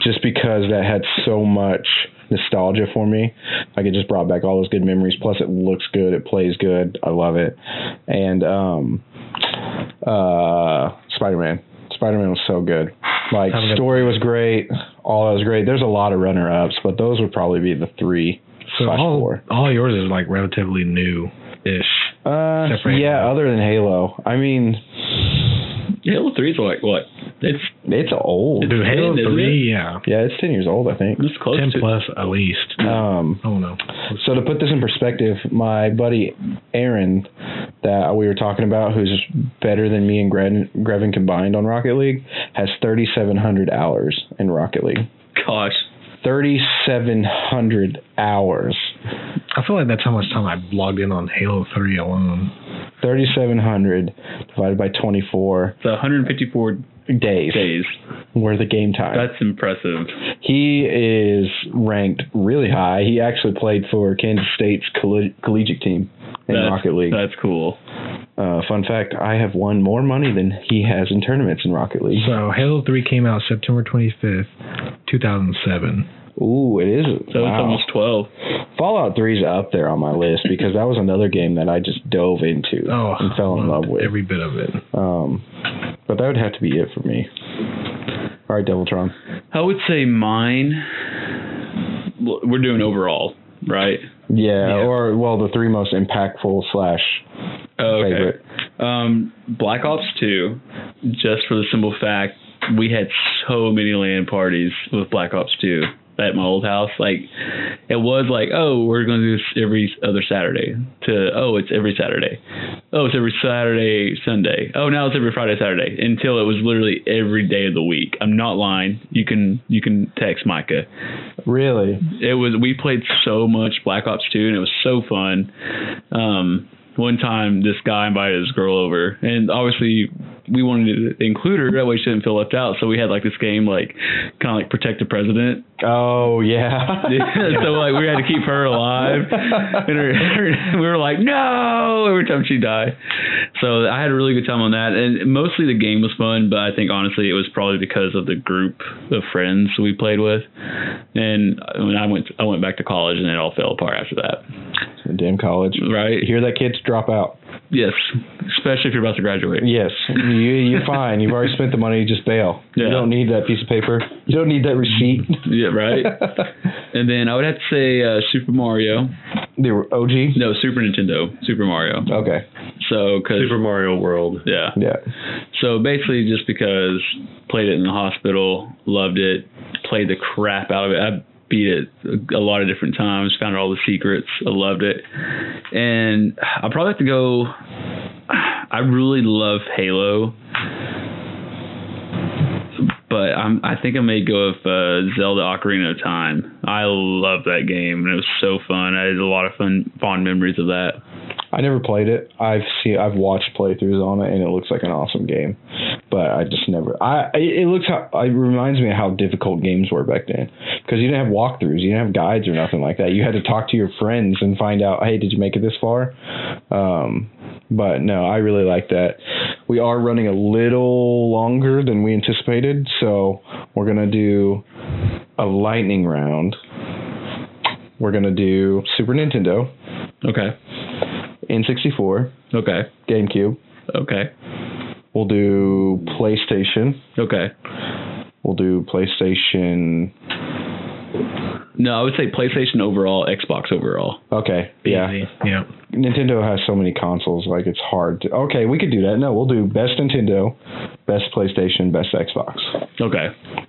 [SPEAKER 1] just because that had so much nostalgia for me. Like it just brought back all those good memories. Plus, it looks good, it plays good, I love it, and um, uh, Spider Man. Spider Man was so good. Like
[SPEAKER 4] Having a-
[SPEAKER 1] story was great, all that was great. There's a lot of runner ups, but those would probably be the three
[SPEAKER 4] So
[SPEAKER 1] slash
[SPEAKER 4] all,
[SPEAKER 1] four.
[SPEAKER 4] all yours is like relatively new ish.
[SPEAKER 1] Uh,
[SPEAKER 4] except for
[SPEAKER 1] yeah,
[SPEAKER 4] Halo.
[SPEAKER 1] other than Halo. I mean,
[SPEAKER 3] Halo Three's like what? It's
[SPEAKER 1] it's old.
[SPEAKER 4] Dude, Halo
[SPEAKER 3] 10, isn't
[SPEAKER 4] Three, yeah,
[SPEAKER 1] Yeah, it's ten years old, I think.
[SPEAKER 3] it's close
[SPEAKER 4] ten
[SPEAKER 3] to.
[SPEAKER 4] plus at least.
[SPEAKER 1] Um,
[SPEAKER 4] I don't know.
[SPEAKER 1] so to put this in perspective, my buddy Aaron, that we were talking about, who's better than me and Gre- Grevin combined on Rocket League, has 3,700 hours in Rocket League.
[SPEAKER 3] Gosh,
[SPEAKER 1] 3,700 hours.
[SPEAKER 4] I feel like that's how much time I logged in on Halo Three alone.
[SPEAKER 1] 3,700 divided by 24
[SPEAKER 3] it's 154
[SPEAKER 1] days
[SPEAKER 3] days.
[SPEAKER 1] worth of game time.
[SPEAKER 3] That's impressive.
[SPEAKER 1] He is ranked really high. He actually played for Kansas State's colli- collegiate team in
[SPEAKER 3] That's-
[SPEAKER 1] Rocket League.
[SPEAKER 3] That's cool.
[SPEAKER 1] Uh, fun fact: I have won more money than he has in tournaments in Rocket League.
[SPEAKER 4] So Halo Three came out September twenty fifth, two thousand seven.
[SPEAKER 1] Ooh, it is.
[SPEAKER 3] So it's
[SPEAKER 1] wow.
[SPEAKER 3] almost 12.
[SPEAKER 1] Fallout 3 is up there on my list because that was another game that I just dove into
[SPEAKER 4] Oh,
[SPEAKER 1] and fell in love
[SPEAKER 4] loved
[SPEAKER 1] with.
[SPEAKER 4] every bit of it.
[SPEAKER 1] um, but that would have to be it for me. All right, Deviltron.
[SPEAKER 3] I would say mine. well, We're doing overall, right?
[SPEAKER 1] Yeah, or well, the three most impactful slash
[SPEAKER 3] Oh, okay.
[SPEAKER 1] favorite.
[SPEAKER 3] Um, Black Ops 2, just for the simple fact, we had so many land parties with Black Ops 2 at my old house. Like, it was like, oh, we're going to do this every other Saturday, to, oh, it's every Saturday. Oh, it's every Saturday, Sunday. Oh, now it's every Friday, Saturday, until it was literally every day of the week. I'm not lying. You can, you can text Micah.
[SPEAKER 1] Really?
[SPEAKER 3] it was we played so much Black Ops 2 and it was so fun. Um, one time this guy invited his girl over and obviously we wanted to include her that way she didn't feel left out. So we had like this game like kind of like protect the president.
[SPEAKER 1] Oh yeah.
[SPEAKER 3] so like we had to keep her alive. And her, her- we were like no every time she died. So I had a really good time on that and mostly the game was fun, but I think honestly it was probably because of the group of friends we played with. And when I went I went back to college and it all fell apart after that.
[SPEAKER 1] Damn college.
[SPEAKER 3] Right?
[SPEAKER 1] Hear that kids drop out.
[SPEAKER 3] Yes, especially if you're about to graduate.
[SPEAKER 1] Yes, you, you're fine. You've already spent the money. Just bail. You
[SPEAKER 3] Yeah.
[SPEAKER 1] don't need that piece of paper. You don't need that receipt.
[SPEAKER 3] Yeah, right. and then I would have to say uh, Super Mario.
[SPEAKER 1] they were OG.
[SPEAKER 3] No, Super Nintendo, Super Mario.
[SPEAKER 1] Okay.
[SPEAKER 3] So because
[SPEAKER 5] Super Mario World.
[SPEAKER 3] yeah,
[SPEAKER 1] Yeah.
[SPEAKER 3] so basically just because played it in the hospital, loved it, played the crap out of it. I beat it a lot of different times, found out all the secrets, I loved it, and I probably have to go. I really love Halo. But I'm, I think I may go with uh, Zelda Ocarina of Time. I love that game, and it was so fun. I had a lot of fun, fond memories of that.
[SPEAKER 1] I never played it. I've seen. I've watched playthroughs on it, and it looks like an awesome game. But I just never. I. It it looks. How, it reminds me of how difficult games were back then, because you didn't have walkthroughs, you didn't have guides or nothing like that. You had to talk to your friends and find out. Hey, did you make it this far? Um, but no, I really like that. We are running a little longer than we anticipated, so we're gonna do a lightning round. We're gonna do Super Nintendo,
[SPEAKER 3] Okay.
[SPEAKER 1] N64,
[SPEAKER 3] Okay.
[SPEAKER 1] GameCube.
[SPEAKER 3] Okay.
[SPEAKER 1] We'll do PlayStation.
[SPEAKER 3] Okay.
[SPEAKER 1] We'll do PlayStation.
[SPEAKER 3] No, I would say PlayStation overall, Xbox overall.
[SPEAKER 1] Okay, yeah.
[SPEAKER 4] Easy. Yeah.
[SPEAKER 1] Nintendo has so many consoles, like it's hard to. Okay, we could do that. No, we'll do best Nintendo, best PlayStation, best Xbox,
[SPEAKER 3] Okay.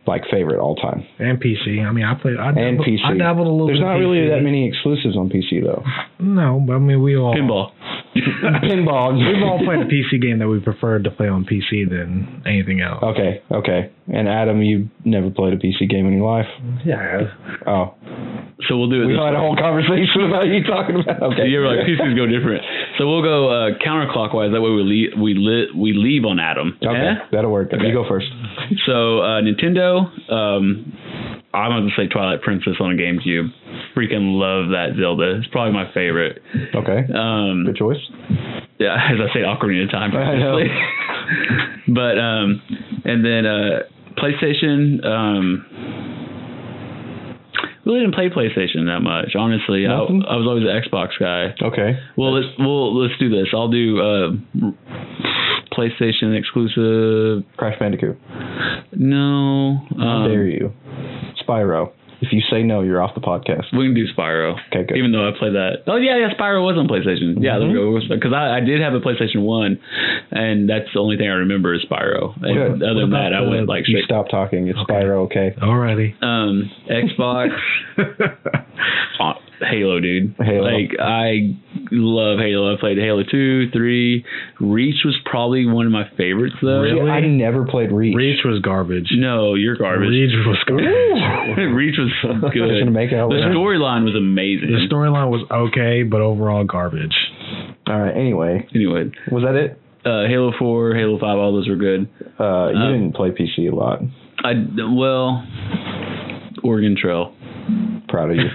[SPEAKER 1] like favorite all time,
[SPEAKER 4] And PC. I mean, I played. I
[SPEAKER 1] and
[SPEAKER 4] dabbled,
[SPEAKER 1] PC.
[SPEAKER 4] I dabbled a little.
[SPEAKER 1] There's
[SPEAKER 4] bit
[SPEAKER 1] not
[SPEAKER 4] in
[SPEAKER 1] really
[SPEAKER 4] PC.
[SPEAKER 1] that many exclusives on PC though. Oh.
[SPEAKER 4] No, but I mean, we all.
[SPEAKER 3] Pinball.
[SPEAKER 1] pinball.
[SPEAKER 4] We've all played a PC game that we preferred to play on PC than anything else.
[SPEAKER 1] Okay, okay. And Adam, you never played a PC game in your life.
[SPEAKER 5] Yeah, I have.
[SPEAKER 1] Oh,
[SPEAKER 3] So we'll do it.
[SPEAKER 1] we
[SPEAKER 3] this
[SPEAKER 1] had a
[SPEAKER 3] way.
[SPEAKER 1] whole conversation about you talking about. Okay,
[SPEAKER 3] You were like PCs go different. So we'll go uh, counterclockwise. That way we leave, we li- we leave on Adam.
[SPEAKER 1] Okay,
[SPEAKER 3] Eh?
[SPEAKER 1] that'll work. You go first.
[SPEAKER 3] So uh, Nintendo, um, I'm gonna say Twilight Princess on GameCube. Freaking love that Zelda. It's probably my favorite.
[SPEAKER 1] Okay,
[SPEAKER 3] Um,
[SPEAKER 1] good choice.
[SPEAKER 3] yeah, as I say, Ocarina of Time.
[SPEAKER 1] I know.
[SPEAKER 3] Obviously. but um, and then uh, PlayStation. Um, really didn't play PlayStation that much, honestly. I,
[SPEAKER 1] Nothing?
[SPEAKER 3] I was always an Xbox guy.
[SPEAKER 1] Okay,
[SPEAKER 3] Well, let's well let's do this. I'll do uh, PlayStation exclusive.
[SPEAKER 1] Crash Bandicoot.
[SPEAKER 3] No,
[SPEAKER 1] How
[SPEAKER 3] um,
[SPEAKER 1] dare you, Spyro? If you say no, you're off the podcast.
[SPEAKER 3] we can do Spyro.
[SPEAKER 1] Okay, good.
[SPEAKER 3] Even though I played that. Oh yeah, yeah, Spyro was on PlayStation. Yeah, there we
[SPEAKER 1] Mm-hmm.
[SPEAKER 3] go. Because I, I did have a PlayStation One, and that's the only thing I remember is Spyro. And
[SPEAKER 1] Good.
[SPEAKER 3] other than
[SPEAKER 4] What
[SPEAKER 3] that,
[SPEAKER 4] about
[SPEAKER 3] I went
[SPEAKER 4] the-
[SPEAKER 3] like
[SPEAKER 1] you
[SPEAKER 3] straight.
[SPEAKER 1] stop talking. It's Spyro. Okay,
[SPEAKER 4] Alrighty.
[SPEAKER 3] Um, Xbox, uh, Halo, dude.
[SPEAKER 1] Halo.
[SPEAKER 3] Like I love Halo. I played Halo two, three. Reach was probably one of my favorites though.
[SPEAKER 1] See,
[SPEAKER 4] Really?
[SPEAKER 1] I never played Reach.
[SPEAKER 4] Reach was garbage.
[SPEAKER 3] No, you're garbage.
[SPEAKER 4] Reach was garbage.
[SPEAKER 3] Reach was
[SPEAKER 1] I was gonna
[SPEAKER 3] good.
[SPEAKER 1] make it out
[SPEAKER 3] The
[SPEAKER 1] later.
[SPEAKER 3] storyline was amazing.
[SPEAKER 4] The storyline was okay, but overall garbage.
[SPEAKER 1] All right. Anyway,
[SPEAKER 3] anyway,
[SPEAKER 1] was that it?
[SPEAKER 3] uh, Halo Four, Halo Five, all those were good.
[SPEAKER 1] Uh, you
[SPEAKER 3] Um,
[SPEAKER 1] didn't play PC a lot.
[SPEAKER 3] I well, Oregon Trail.
[SPEAKER 1] Proud of you.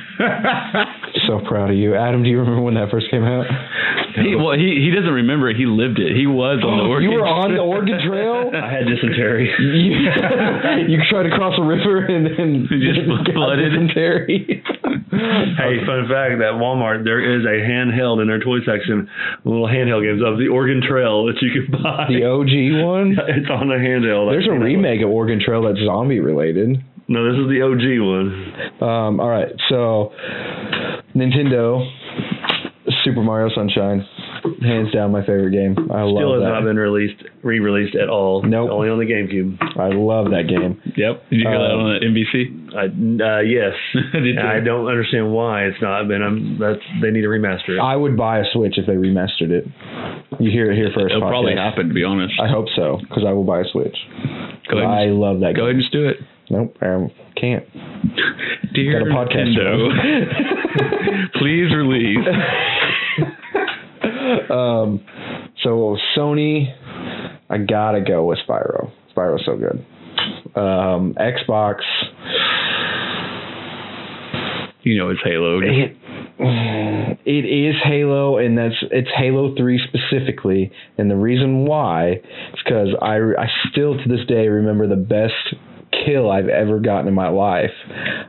[SPEAKER 1] so proud of you, Adam. Do you remember when that first came out?
[SPEAKER 3] He, well, he he doesn't remember it. He lived it. He was on the Oregon.
[SPEAKER 1] Oh, you were on the Oregon Trail.
[SPEAKER 5] I had dysentery.
[SPEAKER 1] you, you tried to cross a river and then
[SPEAKER 3] You just
[SPEAKER 1] got
[SPEAKER 3] flooded.
[SPEAKER 1] dysentery.
[SPEAKER 5] Hey, fun fact that Walmart there is a handheld in their toy section, little handheld games of the Oregon Trail that you can buy.
[SPEAKER 1] the OG one.
[SPEAKER 5] It's on a handheld.
[SPEAKER 1] There's a
[SPEAKER 5] I've seen that one.
[SPEAKER 1] remake of Oregon Trail that's zombie related.
[SPEAKER 5] No, this is the OG one.
[SPEAKER 1] Um, all right, so Nintendo, Super Mario Sunshine, hands down my favorite game. I
[SPEAKER 5] Still has
[SPEAKER 1] love
[SPEAKER 5] not
[SPEAKER 1] that.
[SPEAKER 5] been released, re-released at all.
[SPEAKER 1] Nope.
[SPEAKER 5] Only on the GameCube.
[SPEAKER 1] I love that game.
[SPEAKER 3] Yep. Did you hear that
[SPEAKER 1] Um,
[SPEAKER 3] on the NBC?
[SPEAKER 5] I, uh, yes.
[SPEAKER 3] Did you?
[SPEAKER 5] I don't understand why it's not been. I'm, that's they need to remaster it.
[SPEAKER 1] I would buy a Switch if they remastered it. You hear it here first.
[SPEAKER 3] It'll probably
[SPEAKER 1] podcast.
[SPEAKER 3] happen, to be honest.
[SPEAKER 1] I hope so, because I will buy a Switch.
[SPEAKER 3] go ahead.
[SPEAKER 1] I
[SPEAKER 3] And,
[SPEAKER 1] love that
[SPEAKER 3] go
[SPEAKER 1] game.
[SPEAKER 3] ahead and just do it.
[SPEAKER 1] Nope, I can't.
[SPEAKER 3] Dear
[SPEAKER 1] Got a podcast.
[SPEAKER 3] Nintendo, please release.
[SPEAKER 1] um, so Sony, I gotta go with Spyro. Spyro's so good. Um, Xbox,
[SPEAKER 3] You know it's Halo.
[SPEAKER 1] it, it is Halo, and that's it's Halo Three specifically. And the reason why is because I I still to this day remember the best kill I've ever gotten in my life.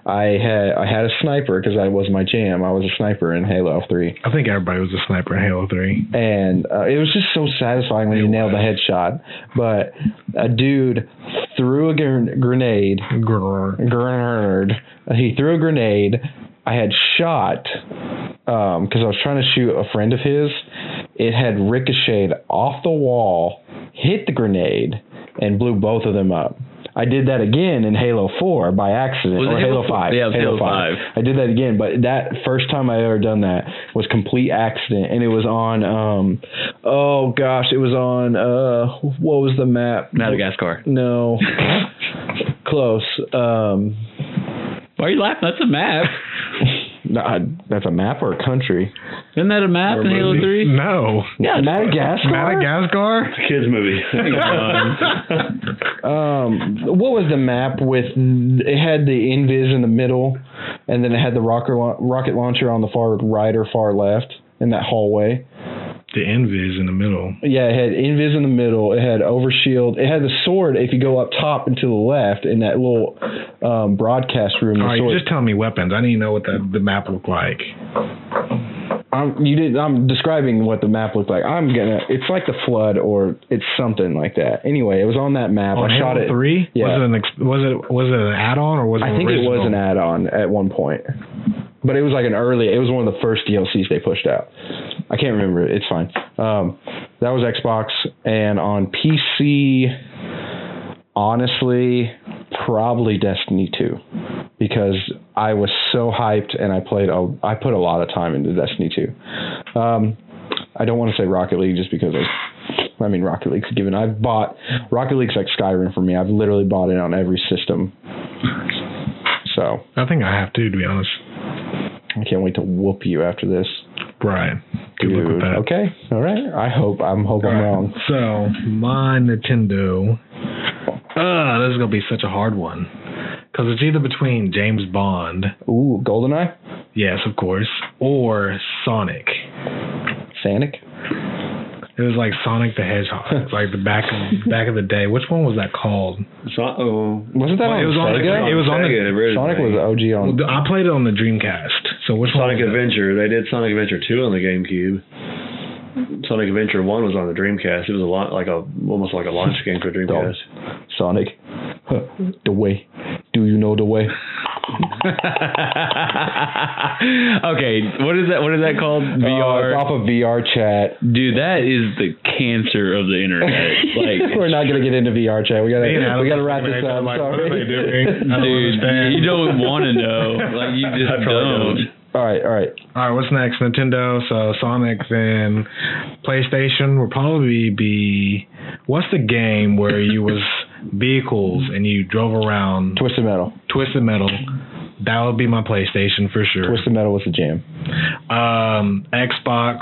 [SPEAKER 1] I had I had a sniper because that was my jam. I was a sniper in Halo Three.
[SPEAKER 4] I think everybody was a sniper in Halo 3.
[SPEAKER 1] and uh, it was just so satisfying when you nailed the headshot. But a dude threw a gr- grenade.
[SPEAKER 4] Grrr.
[SPEAKER 1] Grenade. He threw a grenade. I had shot because I was trying to shoot a friend of his. It had ricocheted off the wall, hit the grenade, and blew both of them up. I did that again in Halo 4 by accident,
[SPEAKER 3] Was it
[SPEAKER 1] or
[SPEAKER 3] Halo
[SPEAKER 1] Halo,
[SPEAKER 3] 4?
[SPEAKER 1] 5.
[SPEAKER 3] Yeah, it was Halo 5.
[SPEAKER 1] I did that again, but that first time I ever done that was complete accident, and it was on. Um, oh gosh, it was on. Uh, what was the map?
[SPEAKER 3] Madagascar.
[SPEAKER 1] No, close. Um,
[SPEAKER 3] Why are you laughing? That's a map.
[SPEAKER 1] nah, that's a map or a country.
[SPEAKER 3] Isn't that a map in Halo Three?
[SPEAKER 4] No.
[SPEAKER 1] Yeah, Madagascar.
[SPEAKER 4] Madagascar?
[SPEAKER 5] Kids movie.
[SPEAKER 1] Um, what was the map with? It had the invis in the middle, and then it had the rocket la- rocket launcher on the far right or far left in that hallway.
[SPEAKER 4] The Envy's in the middle.
[SPEAKER 1] Yeah, it had invis in the middle. It had overshield. It had the sword. If you go up top and to the left in that little um, broadcast room, the
[SPEAKER 4] All right,
[SPEAKER 1] sword.
[SPEAKER 4] just tell me weapons. I need to know what the, the map looked like.
[SPEAKER 1] I'm, you did. I'm describing what the map looked like. I'm gonna. It's like the flood, or it's something like that. Anyway, it was on that map.
[SPEAKER 4] On
[SPEAKER 1] Oh, I
[SPEAKER 4] Halo
[SPEAKER 1] shot it.
[SPEAKER 4] 3?
[SPEAKER 1] Yeah.
[SPEAKER 4] Was it an ex- was it was it an add-on or was it
[SPEAKER 1] I think it was an add-on at one point, but it was like an early. It was one of the first DLCs they pushed out. I can't remember. It's fine. Um, that was Xbox, and on PC, honestly, probably Destiny 2, because I was so hyped and I played. A, I put a lot of time into Destiny 2. Um, I don't want to say Rocket League just because I, I mean Rocket League's a given. I've bought Rocket League's like Skyrim for me. I've literally bought it on every system. So
[SPEAKER 4] I think I have to, to be honest.
[SPEAKER 1] I can't wait to whoop you after this,
[SPEAKER 4] Brian, good
[SPEAKER 1] dude.
[SPEAKER 4] luck with that.
[SPEAKER 1] Okay, all right. I hope I'm hope
[SPEAKER 4] All
[SPEAKER 1] I'm
[SPEAKER 4] right,
[SPEAKER 1] wrong.
[SPEAKER 4] So my Nintendo. Uh, this is gonna be such a hard one because it's either between James Bond,
[SPEAKER 1] Ooh, Goldeneye,
[SPEAKER 4] yes, of course, or Sonic.
[SPEAKER 1] Sonic.
[SPEAKER 4] It was like Sonic the Hedgehog, It's like the back of, back of the day. Which one was that called?
[SPEAKER 2] So, oh,
[SPEAKER 1] Wasn't that
[SPEAKER 4] Well,
[SPEAKER 1] on
[SPEAKER 4] it was on the-
[SPEAKER 1] Sega?
[SPEAKER 4] it was on the-
[SPEAKER 2] Sega, originally.
[SPEAKER 1] Sonic was OG on.
[SPEAKER 4] Well, I played it on the Dreamcast. So which
[SPEAKER 2] Sonic
[SPEAKER 4] one? was
[SPEAKER 2] Adventure. They did Sonic Adventure 2 on the GameCube. Sonic Adventure 1 was on the Dreamcast. It was a lot like a almost like a launch game for Dreamcast.
[SPEAKER 1] Sonic, huh, the way. Do you know the way?
[SPEAKER 3] okay, what is that? What is that called?
[SPEAKER 1] Uh, it's
[SPEAKER 3] VR,
[SPEAKER 1] off of VR chat.
[SPEAKER 3] dude. That is the cancer of the internet. Like,
[SPEAKER 1] we're not gonna get into VR chat. We gotta
[SPEAKER 4] Me and Adam
[SPEAKER 1] we gotta wrap this up.
[SPEAKER 4] I'm like, what are
[SPEAKER 1] Sorry.
[SPEAKER 4] they doing? I don't
[SPEAKER 3] dude,
[SPEAKER 4] understand.
[SPEAKER 3] you don't want to know. Like, you just
[SPEAKER 2] I
[SPEAKER 3] don't.
[SPEAKER 2] probably
[SPEAKER 1] all right, all right.
[SPEAKER 4] All right, what's next? Nintendo, so Sonic, then PlayStation will probably be. What's the game where you was vehicles and you drove around
[SPEAKER 1] Twisted Metal.
[SPEAKER 4] Twisted Metal? That would be my PlayStation for sure.
[SPEAKER 1] Twisted Metal was the jam.
[SPEAKER 4] Um, Xbox,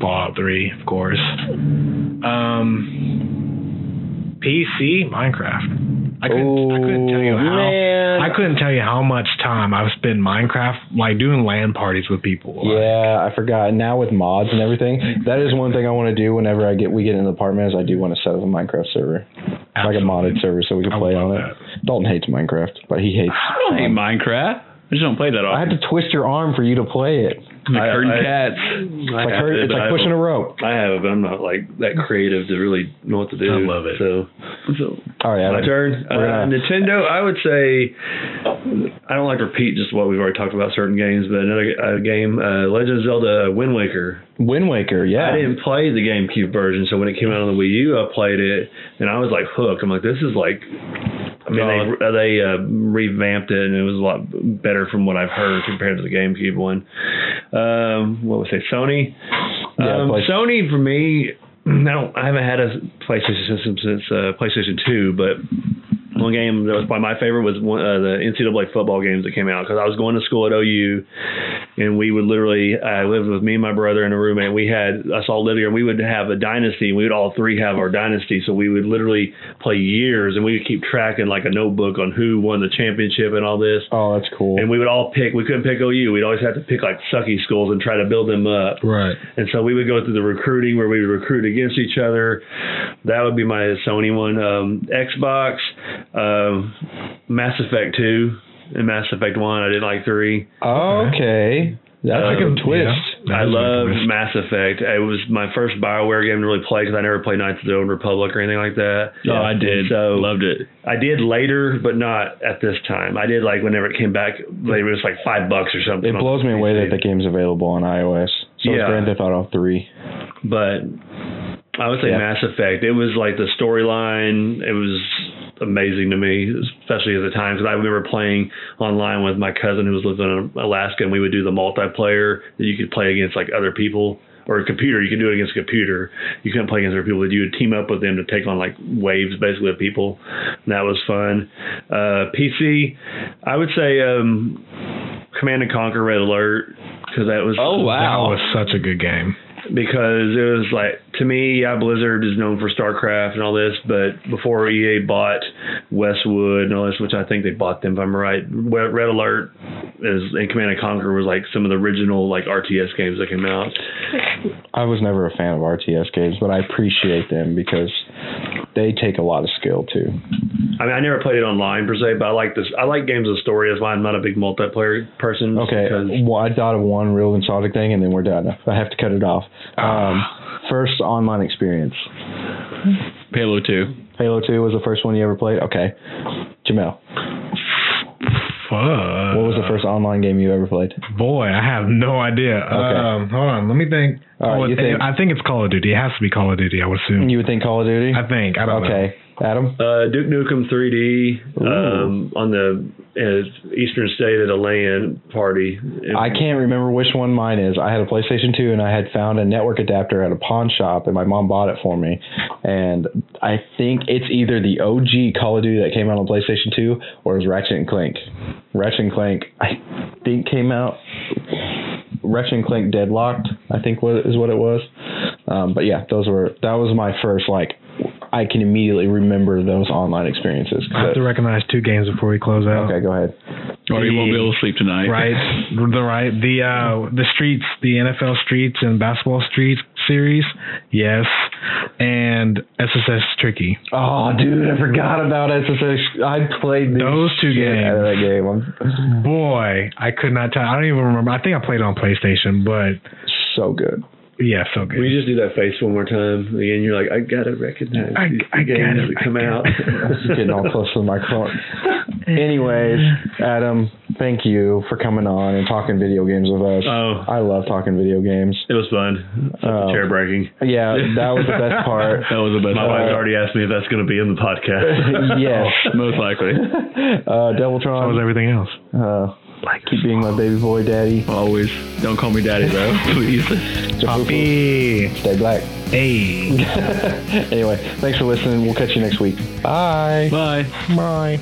[SPEAKER 4] Fallout 3, of course. Um, PC, Um, Minecraft. I couldn't, I couldn't tell you
[SPEAKER 1] Oh,
[SPEAKER 4] how.
[SPEAKER 1] man.
[SPEAKER 4] I couldn't tell you how much time I've spent Minecraft, like doing land parties with people. Like,
[SPEAKER 1] Yeah, I forgot. Now with mods and everything, that is one thing I want to do whenever I get we get in an apartment. Is I do want to set up a Minecraft server, like a
[SPEAKER 4] absolutely.
[SPEAKER 1] modded server, so we can
[SPEAKER 4] I
[SPEAKER 1] play
[SPEAKER 4] would love
[SPEAKER 1] on it. Dalton hates Minecraft, but he hates.
[SPEAKER 3] I don't hate Minecraft. I just don't play that
[SPEAKER 1] I
[SPEAKER 3] often.
[SPEAKER 1] had to twist your arm for you to play it.
[SPEAKER 3] The
[SPEAKER 2] I-
[SPEAKER 3] curtain
[SPEAKER 2] I-
[SPEAKER 3] cats.
[SPEAKER 1] It's like, her, it's like pushing a rope.
[SPEAKER 2] I have it, but I'm not like that creative to really know what to do.
[SPEAKER 4] I love it.
[SPEAKER 2] So
[SPEAKER 3] So,
[SPEAKER 1] All right,
[SPEAKER 2] my
[SPEAKER 1] Adam.
[SPEAKER 2] turn. Uh,
[SPEAKER 1] We're gonna-
[SPEAKER 2] Nintendo. I would say I don't like to repeat just what we've already talked about certain games, but another uh, game, uh, Legend of Zelda: Wind Waker.
[SPEAKER 1] Wind Waker.
[SPEAKER 2] I
[SPEAKER 1] Yeah.
[SPEAKER 2] didn't play the GameCube version, so when it came out on the Wii U, I played it, and I was like hooked. I'm like, this is like, I mean,
[SPEAKER 1] Uh-huh.
[SPEAKER 2] they they uh, revamped it, and it was a lot better from what I've heard compared to the GameCube one. Um, what would I say, Sony?
[SPEAKER 1] Yeah,
[SPEAKER 2] um,
[SPEAKER 1] Play-
[SPEAKER 2] Sony for me. I don't. I haven't had a PlayStation system since uh, PlayStation Two, but one game that was probably my favorite was one, uh, the NCAA football games that came out because I was going to school at OU, and we would literally I lived with me and my brother and a roommate. We had us all living here. We would have a dynasty. and We would all three have our dynasty. So we would literally play years, and we would keep track in like a notebook on who won the championship and all this.
[SPEAKER 1] Oh, that's cool.
[SPEAKER 2] And we would all pick. We couldn't pick OU. We'd always have to pick like sucky schools and try to build them up.
[SPEAKER 4] Right.
[SPEAKER 2] And so we would go through the recruiting where we would recruit against each other. That would be my Sony one. Um, Xbox, um, Mass Effect 2 and Mass Effect 1. I did like 3.
[SPEAKER 1] Okay.
[SPEAKER 2] Uh,
[SPEAKER 1] That's a good twist.
[SPEAKER 4] Yeah,
[SPEAKER 2] I
[SPEAKER 4] that is a good
[SPEAKER 2] love
[SPEAKER 4] twist.
[SPEAKER 2] Mass Effect. It was my first Bioware game to really play because I never played Knights of the Old Republic or anything like that.
[SPEAKER 3] oh, I did.
[SPEAKER 2] So
[SPEAKER 3] Loved it.
[SPEAKER 2] I did later, but not at this time. I did like whenever it came back. Later, it was like five bucks or something.
[SPEAKER 1] It blows me away that the game's available on iOS. So it's
[SPEAKER 2] Yeah.
[SPEAKER 1] Grand Theft Auto 3.
[SPEAKER 2] but I would say
[SPEAKER 1] Yeah.
[SPEAKER 2] Mass Effect. It was like the storyline. It was amazing to me, especially at the time because I remember playing online with my cousin who was living in Alaska, and we would do the multiplayer that you could play against like other people or a computer. You could do it against a computer. You couldn't play against other people, but you would team up with them to take on like waves basically of people. And that was fun. Uh, PC, I would say um, Command and Conquer Red Alert because that was
[SPEAKER 3] Oh, wow.
[SPEAKER 4] That was such a good game.
[SPEAKER 2] because it was like to me, yeah, Blizzard is known for StarCraft and all this, but before EA bought Westwood and all this, which I think they bought them if I'm right. Red Red Alert is and Command and Conquer was like some of the original like RTS games that came out.
[SPEAKER 1] I was never a fan of RTS games, but I appreciate them because they take a lot of skill too.
[SPEAKER 2] I mean, I never played it online per se, but I like this. I like games of story. That's why I'm not a big multiplayer person.
[SPEAKER 1] Okay,
[SPEAKER 2] because-
[SPEAKER 1] well, I thought of one real and Sonic thing, and then we're done. I have to cut it off. Um,
[SPEAKER 2] Ah.
[SPEAKER 1] first online experience.
[SPEAKER 3] Halo 2.
[SPEAKER 1] Halo 2 was the first one you ever played? Okay. Jamel.
[SPEAKER 4] Fuck.
[SPEAKER 1] What was
[SPEAKER 4] Uh,
[SPEAKER 1] the first online game you ever played?
[SPEAKER 4] Boy, I have no idea. Um, hold on, let me think.
[SPEAKER 1] All right,
[SPEAKER 4] Call of-
[SPEAKER 1] you think-
[SPEAKER 4] I think it's Call of Duty. It has to be Call of Duty, I would assume.
[SPEAKER 1] You would think Call of Duty.
[SPEAKER 4] I think. I don't
[SPEAKER 1] okay, Adam.
[SPEAKER 5] Uh, Duke Nukem 3D um, on the uh, Eastern State at a LAN party.
[SPEAKER 1] I can't remember which one mine is. I had a PlayStation 2 and I had found a network adapter at a pawn shop and my mom bought it for me. And I think it's either the OG Call of Duty that came out on PlayStation 2 or it's Ratchet and Clank. Ratchet and Clank I think came out Ratchet and Clank Deadlocked, I think wa- is what it was. Um, but yeah, those were that was my first like I can immediately remember those online experiences.
[SPEAKER 4] know. I have to recognize two games before we close out.
[SPEAKER 1] Okay, go ahead.
[SPEAKER 3] Or you won't be able to sleep tonight.
[SPEAKER 4] Right, the right, the uh, the streets, the NFL streets and basketball streets series, yes, and SSS Tricky.
[SPEAKER 1] Oh, dude, I forgot about SSX. I played the
[SPEAKER 4] Those two
[SPEAKER 1] shit out of that game. I'm
[SPEAKER 4] Boy, I could not tell. I don't even remember. I think I played it on PlayStation, but
[SPEAKER 1] so good.
[SPEAKER 4] yeah, so good.
[SPEAKER 5] We just do that face one more time. Again, you're like, I gotta recognize
[SPEAKER 4] I-
[SPEAKER 5] these
[SPEAKER 4] I
[SPEAKER 5] games
[SPEAKER 4] gotta-
[SPEAKER 5] that come
[SPEAKER 4] I
[SPEAKER 5] out.
[SPEAKER 1] Getting all close to the microphone. Anyways, Adam, thank you for coming on and talking video games with us.
[SPEAKER 5] Oh.
[SPEAKER 1] I love talking video games.
[SPEAKER 5] It was fun.
[SPEAKER 1] Oh.
[SPEAKER 5] Chair breaking. uh,
[SPEAKER 1] Yeah, that was the best part.
[SPEAKER 3] That was the best.
[SPEAKER 5] Um, My
[SPEAKER 3] part.
[SPEAKER 5] wife's already asked me if that's going to be in the podcast.
[SPEAKER 1] yes.
[SPEAKER 3] Most likely.
[SPEAKER 1] Uh,
[SPEAKER 4] Oh. How was
[SPEAKER 1] Deviltron,
[SPEAKER 4] everything else?
[SPEAKER 1] uh, keep being my baby boy daddy.
[SPEAKER 3] Always. Don't call me daddy, though. Please.
[SPEAKER 4] Poppy,
[SPEAKER 1] Stay black.
[SPEAKER 4] hey.
[SPEAKER 1] anyway, thanks for listening. We'll catch you next week. Bye.
[SPEAKER 3] Bye.
[SPEAKER 4] Bye.